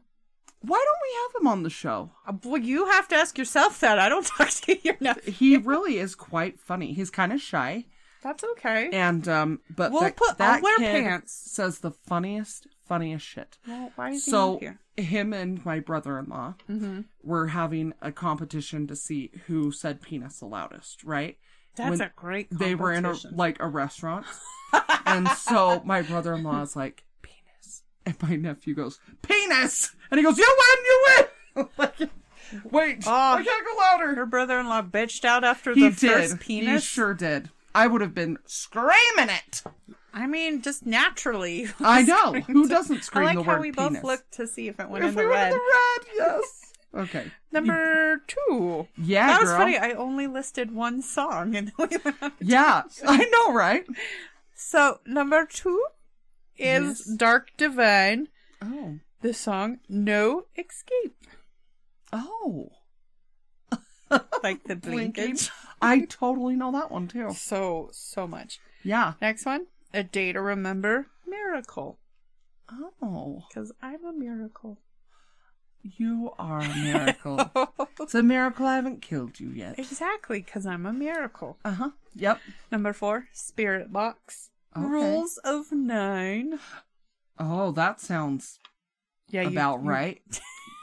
[SPEAKER 2] Why don't we have him on the show?
[SPEAKER 1] Uh, Well, you have to ask yourself that. I don't <laughs> talk to your nephew.
[SPEAKER 2] He really is quite funny. He's kind of shy.
[SPEAKER 1] That's okay.
[SPEAKER 2] And um, but
[SPEAKER 1] We'll
[SPEAKER 2] that,
[SPEAKER 1] put- I'll
[SPEAKER 2] that
[SPEAKER 1] wear
[SPEAKER 2] kid
[SPEAKER 1] pants.
[SPEAKER 2] says the funniest, funniest shit.
[SPEAKER 1] well, why is he
[SPEAKER 2] So
[SPEAKER 1] not here?
[SPEAKER 2] him and my brother-in-law were having a competition to see who said penis the loudest, right?
[SPEAKER 1] That's
[SPEAKER 2] when
[SPEAKER 1] a great.
[SPEAKER 2] They were in a
[SPEAKER 1] competition.
[SPEAKER 2] like a restaurant, and so my brother-in-law is like penis, and my nephew goes penis, and he goes you win, you win. <laughs> like, wait,
[SPEAKER 1] Oh.
[SPEAKER 2] I can't go louder.
[SPEAKER 1] Her brother-in-law bitched out after
[SPEAKER 2] he
[SPEAKER 1] the
[SPEAKER 2] did.
[SPEAKER 1] first penis.
[SPEAKER 2] He sure did. I would have been screaming it.
[SPEAKER 1] I mean, just naturally. <laughs>
[SPEAKER 2] I know. Oh, Who doesn't
[SPEAKER 1] I
[SPEAKER 2] scream
[SPEAKER 1] like
[SPEAKER 2] the word
[SPEAKER 1] how we
[SPEAKER 2] penis?
[SPEAKER 1] both looked to see if it went
[SPEAKER 2] <laughs> if
[SPEAKER 1] in
[SPEAKER 2] we
[SPEAKER 1] the
[SPEAKER 2] were
[SPEAKER 1] red.
[SPEAKER 2] in the red, yes. okay.
[SPEAKER 1] Number two.
[SPEAKER 2] Yeah,
[SPEAKER 1] that was
[SPEAKER 2] girl.
[SPEAKER 1] funny. I only listed one song, and we went on. <laughs>
[SPEAKER 2] Yeah, I know, right?
[SPEAKER 1] So number two is
[SPEAKER 2] Yes.
[SPEAKER 1] Dark Divine
[SPEAKER 2] Oh,
[SPEAKER 1] the song No Escape.
[SPEAKER 2] Oh,
[SPEAKER 1] Like the blinkage.
[SPEAKER 2] I totally know that one too.
[SPEAKER 1] So, so much.
[SPEAKER 2] Yeah.
[SPEAKER 1] Next one A Day to Remember Miracle.
[SPEAKER 2] Oh,
[SPEAKER 1] Because I'm a
[SPEAKER 2] <laughs>
[SPEAKER 1] miracle.
[SPEAKER 2] you are a
[SPEAKER 1] <laughs>
[SPEAKER 2] miracle. it's a miracle I haven't killed you yet.
[SPEAKER 1] exactly, because I'm a miracle.
[SPEAKER 2] Uh huh. Yep.
[SPEAKER 1] Number four, Spirit Box.
[SPEAKER 2] Okay.
[SPEAKER 1] Rules of Nine.
[SPEAKER 2] Oh, that sounds
[SPEAKER 1] Yeah, you- <laughs>
[SPEAKER 2] about
[SPEAKER 1] you-
[SPEAKER 2] right.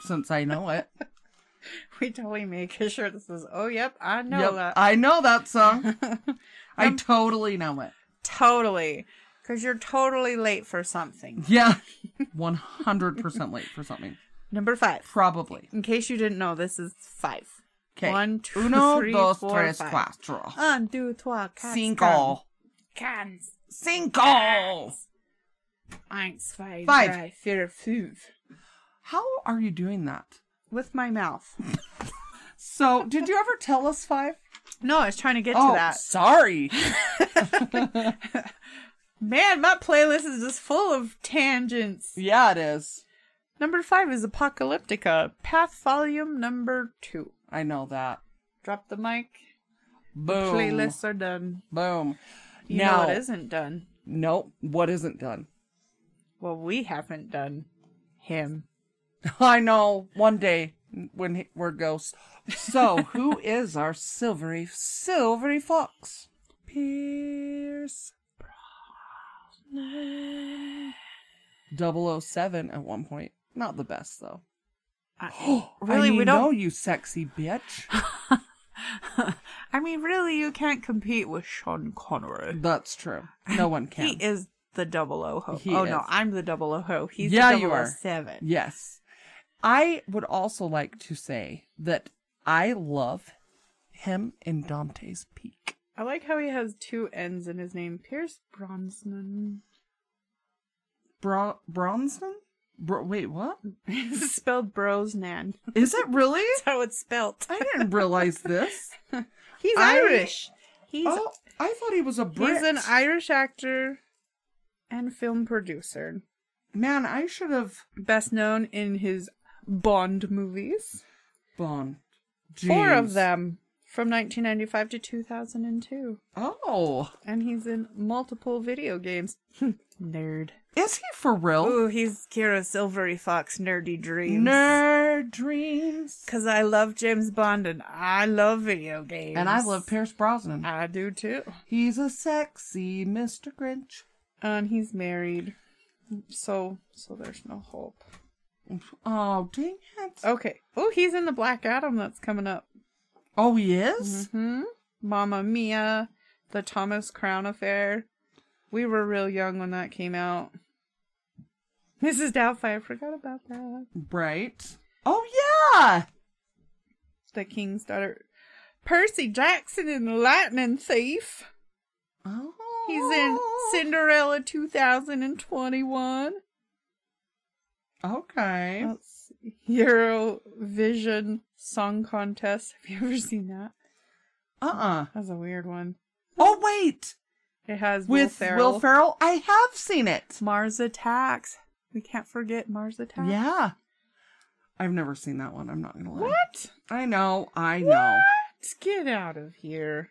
[SPEAKER 2] since I know it.
[SPEAKER 1] we totally make a shirt that says, "Oh, yep, I know
[SPEAKER 2] Yep,
[SPEAKER 1] that." Um,
[SPEAKER 2] I know that song.
[SPEAKER 1] <laughs>
[SPEAKER 2] I totally know it.
[SPEAKER 1] totally, because you're totally late for something.
[SPEAKER 2] Yeah. <laughs> 100% late for something.
[SPEAKER 1] Number five.
[SPEAKER 2] Probably.
[SPEAKER 1] In case you didn't know, this is five.
[SPEAKER 2] Okay.
[SPEAKER 1] One, two,
[SPEAKER 2] Uno,
[SPEAKER 1] three,
[SPEAKER 2] dos,
[SPEAKER 1] four,
[SPEAKER 2] tres,
[SPEAKER 1] five.
[SPEAKER 2] cuatro.
[SPEAKER 1] Un, deux, trois, quatre,
[SPEAKER 2] Cinco.
[SPEAKER 1] Cans.
[SPEAKER 2] Cinco!
[SPEAKER 1] Eins, zwei,
[SPEAKER 2] Five.
[SPEAKER 1] drei, vier, fünf.
[SPEAKER 2] How are you doing that?
[SPEAKER 1] With my mouth.
[SPEAKER 2] So, did you ever tell us five?
[SPEAKER 1] No, I was trying to <laughs> get
[SPEAKER 2] Oh,
[SPEAKER 1] to that.
[SPEAKER 2] sorry.
[SPEAKER 1] Man, my playlist is just full of tangents.
[SPEAKER 2] yeah, it is.
[SPEAKER 1] Number five is Apocalyptica, Path Volume Number Two.
[SPEAKER 2] I know that.
[SPEAKER 1] Drop the mic.
[SPEAKER 2] Boom.
[SPEAKER 1] Playlists are done.
[SPEAKER 2] Boom.
[SPEAKER 1] You
[SPEAKER 2] now,
[SPEAKER 1] know it isn't done.
[SPEAKER 2] Nope. What isn't done?
[SPEAKER 1] Well, we haven't done him.
[SPEAKER 2] I know. One day when he- we're ghosts. So, who is our silvery, silvery fox? Pierce. 007 at one point. Not the best, though.
[SPEAKER 1] I,
[SPEAKER 2] I
[SPEAKER 1] <gasps> really, we
[SPEAKER 2] mean,
[SPEAKER 1] don't.
[SPEAKER 2] No, you sexy
[SPEAKER 1] <laughs>
[SPEAKER 2] bitch.
[SPEAKER 1] I mean, really, you can't compete with Sean Connery.
[SPEAKER 2] That's true. No one can.
[SPEAKER 1] He is the double O ho.
[SPEAKER 2] He
[SPEAKER 1] oh
[SPEAKER 2] is.
[SPEAKER 1] no, I'm the double O ho. He's
[SPEAKER 2] Yeah,
[SPEAKER 1] the
[SPEAKER 2] you
[SPEAKER 1] double O
[SPEAKER 2] are.
[SPEAKER 1] seven.
[SPEAKER 2] Yes. I would also like to say that I love him in Dante's Peak.
[SPEAKER 1] I like how he has two N's in his name. Pierce <laughs> Brosnan.
[SPEAKER 2] Bron- Bronson? Bro- wait, what?
[SPEAKER 1] it's spelled Brosnan. <laughs>
[SPEAKER 2] Is it really?
[SPEAKER 1] That's how it's spelled.
[SPEAKER 2] I didn't realize this.
[SPEAKER 1] He's
[SPEAKER 2] I-
[SPEAKER 1] Irish. <laughs> He's
[SPEAKER 2] oh, I thought he was a Brit.
[SPEAKER 1] he's an Irish actor and film producer.
[SPEAKER 2] Man, I should have
[SPEAKER 1] best known in his Bond movies.
[SPEAKER 2] Bond.
[SPEAKER 1] Four
[SPEAKER 2] Jeez.
[SPEAKER 1] of them from 1995 to 2002.
[SPEAKER 2] Oh,
[SPEAKER 1] And he's in multiple video games. <laughs> Nerd.
[SPEAKER 2] is he for real?
[SPEAKER 1] Ooh, he's Kira Silvery Fox Nerdy Dreams.
[SPEAKER 2] Nerd dreams.
[SPEAKER 1] Because I love James Bond and I love video games.
[SPEAKER 2] And I love Pierce Brosnan.
[SPEAKER 1] I do too.
[SPEAKER 2] He's a sexy Mr. Grinch.
[SPEAKER 1] And he's married. So, so there's no hope.
[SPEAKER 2] Oh, dang it.
[SPEAKER 1] Okay. Oh, he's in the Black Adam that's coming up.
[SPEAKER 2] Oh, he is?
[SPEAKER 1] Hmm. Mamma Mia, The Thomas Crown Affair. We were real young when that came out. Mrs. Doubtfire forgot about that.
[SPEAKER 2] Right. Oh, yeah.
[SPEAKER 1] The King's Daughter. Percy Jackson and the Lightning Thief.
[SPEAKER 2] Oh.
[SPEAKER 1] He's in Cinderella 2021.
[SPEAKER 2] Okay.
[SPEAKER 1] That's Eurovision Song Contest. Have you ever seen that?
[SPEAKER 2] Uh uh
[SPEAKER 1] That's a weird one.
[SPEAKER 2] Oh, wait.
[SPEAKER 1] It has Will
[SPEAKER 2] With
[SPEAKER 1] Ferrell.
[SPEAKER 2] Will Ferrell? I have seen it.
[SPEAKER 1] Mars Attacks. We can't forget Mars Attacks.
[SPEAKER 2] Yeah. I've never seen that one. I'm not going to lie.
[SPEAKER 1] What?
[SPEAKER 2] I know. I know.
[SPEAKER 1] Let's get out of here.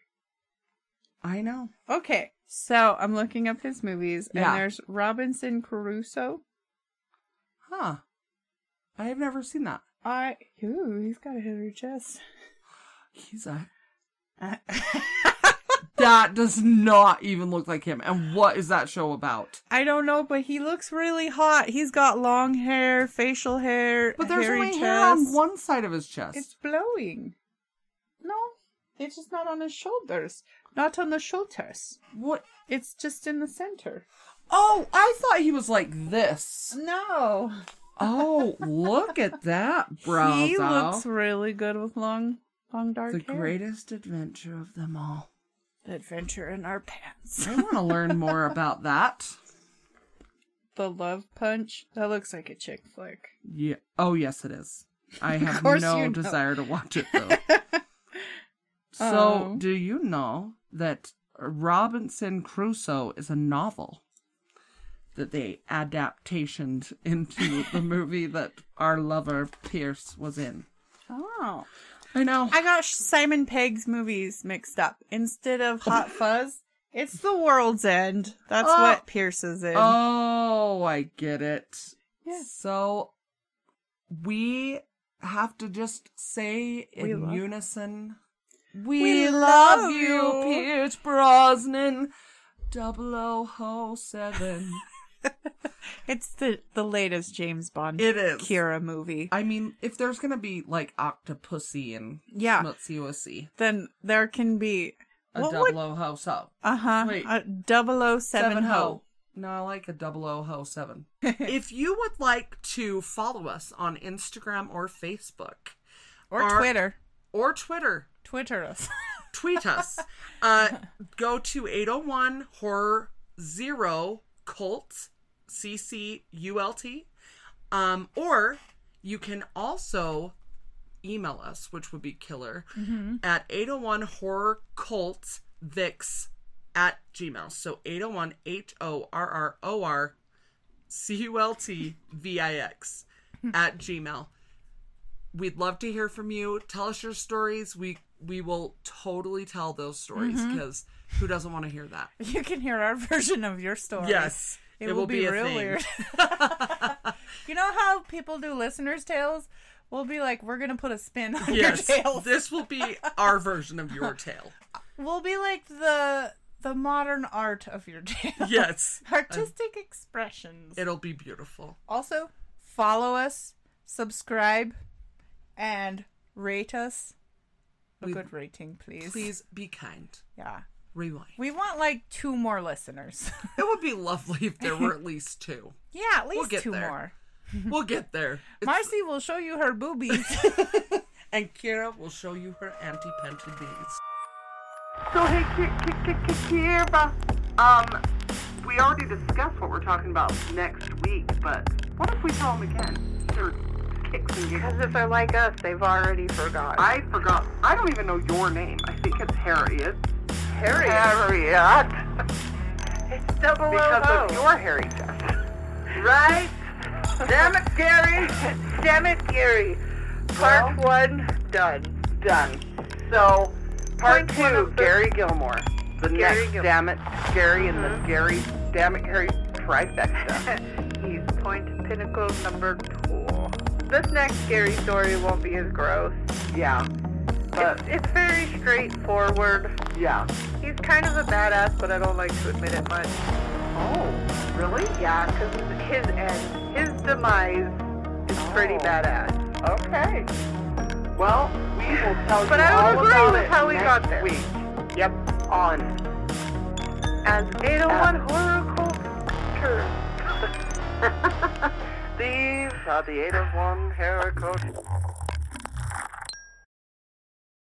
[SPEAKER 2] I know.
[SPEAKER 1] Okay, so I'm looking up his movies, and
[SPEAKER 2] Yeah.
[SPEAKER 1] there's Robinson Crusoe.
[SPEAKER 2] Huh. I have never seen that.
[SPEAKER 1] I ooh, he's got a hairy chest.
[SPEAKER 2] He's a.
[SPEAKER 1] Uh,
[SPEAKER 2] That does not even look like him. And what is that show about?
[SPEAKER 1] I don't know, but he looks really hot. He's got long hair, facial hair,
[SPEAKER 2] But there's
[SPEAKER 1] hairy
[SPEAKER 2] only
[SPEAKER 1] chest.
[SPEAKER 2] hair on one side of his chest.
[SPEAKER 1] It's blowing. No, it's just not on his shoulders. Not on the shoulders.
[SPEAKER 2] what?
[SPEAKER 1] It's just in the center.
[SPEAKER 2] Oh, I thought he was like this.
[SPEAKER 1] No,
[SPEAKER 2] Oh, look at that, bro.
[SPEAKER 1] <laughs> he looks really good with long, long dark
[SPEAKER 2] the
[SPEAKER 1] hair.
[SPEAKER 2] greatest adventure of them all.
[SPEAKER 1] Adventure in our pants.
[SPEAKER 2] I want to learn more about that.
[SPEAKER 1] The Love Punch. That looks like a chick flick.
[SPEAKER 2] Yeah. Oh, yes, it is. I have
[SPEAKER 1] course
[SPEAKER 2] no
[SPEAKER 1] you know.
[SPEAKER 2] desire to watch it
[SPEAKER 1] <laughs>
[SPEAKER 2] though. so,
[SPEAKER 1] Oh.
[SPEAKER 2] do you know that Robinson Crusoe is a novel? that they adaptationed into
[SPEAKER 1] <laughs>
[SPEAKER 2] the movie that our lover Pierce was in.
[SPEAKER 1] Oh.
[SPEAKER 2] I know.
[SPEAKER 1] I got Simon Pegg's movies mixed up. Instead of Hot Fuzz, it's The World's End. That's
[SPEAKER 2] Oh.
[SPEAKER 1] what Pierce is in.
[SPEAKER 2] Oh, I get it.
[SPEAKER 1] Yeah.
[SPEAKER 2] So we have to just say
[SPEAKER 1] We
[SPEAKER 2] in
[SPEAKER 1] love-
[SPEAKER 2] unison we,
[SPEAKER 1] love
[SPEAKER 2] love, you,
[SPEAKER 1] you."
[SPEAKER 2] Pierce Brosnan
[SPEAKER 1] <laughs>
[SPEAKER 2] 0007.
[SPEAKER 1] It's the, the latest James Bond
[SPEAKER 2] it is.
[SPEAKER 1] Kira movie.
[SPEAKER 2] I mean, if there's going to be like Octopussy and
[SPEAKER 1] Yeah.
[SPEAKER 2] Smutsy Wussy,
[SPEAKER 1] Then there can be
[SPEAKER 2] a
[SPEAKER 1] What would-
[SPEAKER 2] 0007.
[SPEAKER 1] uh-huh oh
[SPEAKER 2] Wait.
[SPEAKER 1] a 007 ho.
[SPEAKER 2] No, I like a 0007. <laughs> if you would like to follow us on Instagram or Facebook
[SPEAKER 1] or
[SPEAKER 2] Or-
[SPEAKER 1] Twitter.
[SPEAKER 2] or Twitter,
[SPEAKER 1] Twitter us.
[SPEAKER 2] tweet us. uh, go to 801 Horror Zero Cult, C C U L T. Um, or you can also email us, which would be killer, at 801 Horror Cult Vix at Gmail. So 801 H O R R O R C U L T V I X at Gmail. We'd love to hear from you. Tell us your stories. We we will totally tell those stories because who doesn't want to hear <laughs> that?
[SPEAKER 1] <laughs> You can hear our <laughs> version of your story.
[SPEAKER 2] Yes,
[SPEAKER 1] It, will, be,
[SPEAKER 2] a
[SPEAKER 1] real
[SPEAKER 2] thing.
[SPEAKER 1] weird. <laughs> you know how people do listeners' tales? We'll be like, we're gonna put a spin on
[SPEAKER 2] Yes,
[SPEAKER 1] your tales.
[SPEAKER 2] this will be our version of your tale.
[SPEAKER 1] We'll be like the the modern art of your
[SPEAKER 2] <laughs>
[SPEAKER 1] tale.
[SPEAKER 2] <laughs> Yes,
[SPEAKER 1] <laughs> Artistic expressions.
[SPEAKER 2] it'll be beautiful.
[SPEAKER 1] also, follow us, subscribe, and rate us. A
[SPEAKER 2] We-
[SPEAKER 1] good rating, please.
[SPEAKER 2] Please be kind.
[SPEAKER 1] Yeah.
[SPEAKER 2] Rewind. <laughs>
[SPEAKER 1] We want like two more listeners. <laughs>
[SPEAKER 2] It would be lovely if there were at least <laughs> two.
[SPEAKER 1] yeah, at least
[SPEAKER 2] get
[SPEAKER 1] two
[SPEAKER 2] there.
[SPEAKER 1] more.
[SPEAKER 2] We'll get there. It's-
[SPEAKER 1] Marcy will show you her boobies.
[SPEAKER 2] <laughs> and Kira will show you her anti penty beads.
[SPEAKER 3] So hey, Ki- Ki- Ki- Ki- Kira, um, we already discussed what we're talking about next week, but what if we tell them again? They're kicks and giggles.
[SPEAKER 4] Because if they're like us, they've already forgotten.
[SPEAKER 3] I forgot. I don't even know your name. I think it's Harriet.
[SPEAKER 4] Harriet.
[SPEAKER 3] Harriet.
[SPEAKER 4] It's double
[SPEAKER 3] Because
[SPEAKER 4] O.
[SPEAKER 3] of your hairy chest. <laughs>
[SPEAKER 4] right? Damn it, Gary. Damn it, Gary. Part one, done.
[SPEAKER 3] Done. So, part
[SPEAKER 4] Point one
[SPEAKER 3] two,
[SPEAKER 4] of the-
[SPEAKER 3] Gary Gilmore. The
[SPEAKER 4] Gary
[SPEAKER 3] next
[SPEAKER 4] Gil- Mm-hmm.
[SPEAKER 3] damn it, Gary and the Gary, damn it, Harry trifecta.
[SPEAKER 4] <laughs> He's point to pinnacle number two. This next Gary story won't be as gross.
[SPEAKER 3] yeah.
[SPEAKER 4] It's,
[SPEAKER 3] But,
[SPEAKER 4] it's very straightforward.
[SPEAKER 3] yeah.
[SPEAKER 4] He's kind of a badass, but I don't like to admit it much.
[SPEAKER 3] Oh, really?
[SPEAKER 4] Yeah, because his end, his demise is pretty
[SPEAKER 3] Oh.
[SPEAKER 4] badass.
[SPEAKER 3] Okay. Well, we will tell
[SPEAKER 4] But
[SPEAKER 3] you
[SPEAKER 4] I
[SPEAKER 3] all
[SPEAKER 4] don't agree
[SPEAKER 3] about
[SPEAKER 4] with
[SPEAKER 3] it
[SPEAKER 4] how we
[SPEAKER 3] next
[SPEAKER 4] got there.
[SPEAKER 3] Week. Yep. On.
[SPEAKER 4] As 801 Horror Culture.
[SPEAKER 3] <laughs> oh These are the eight of one hair coat.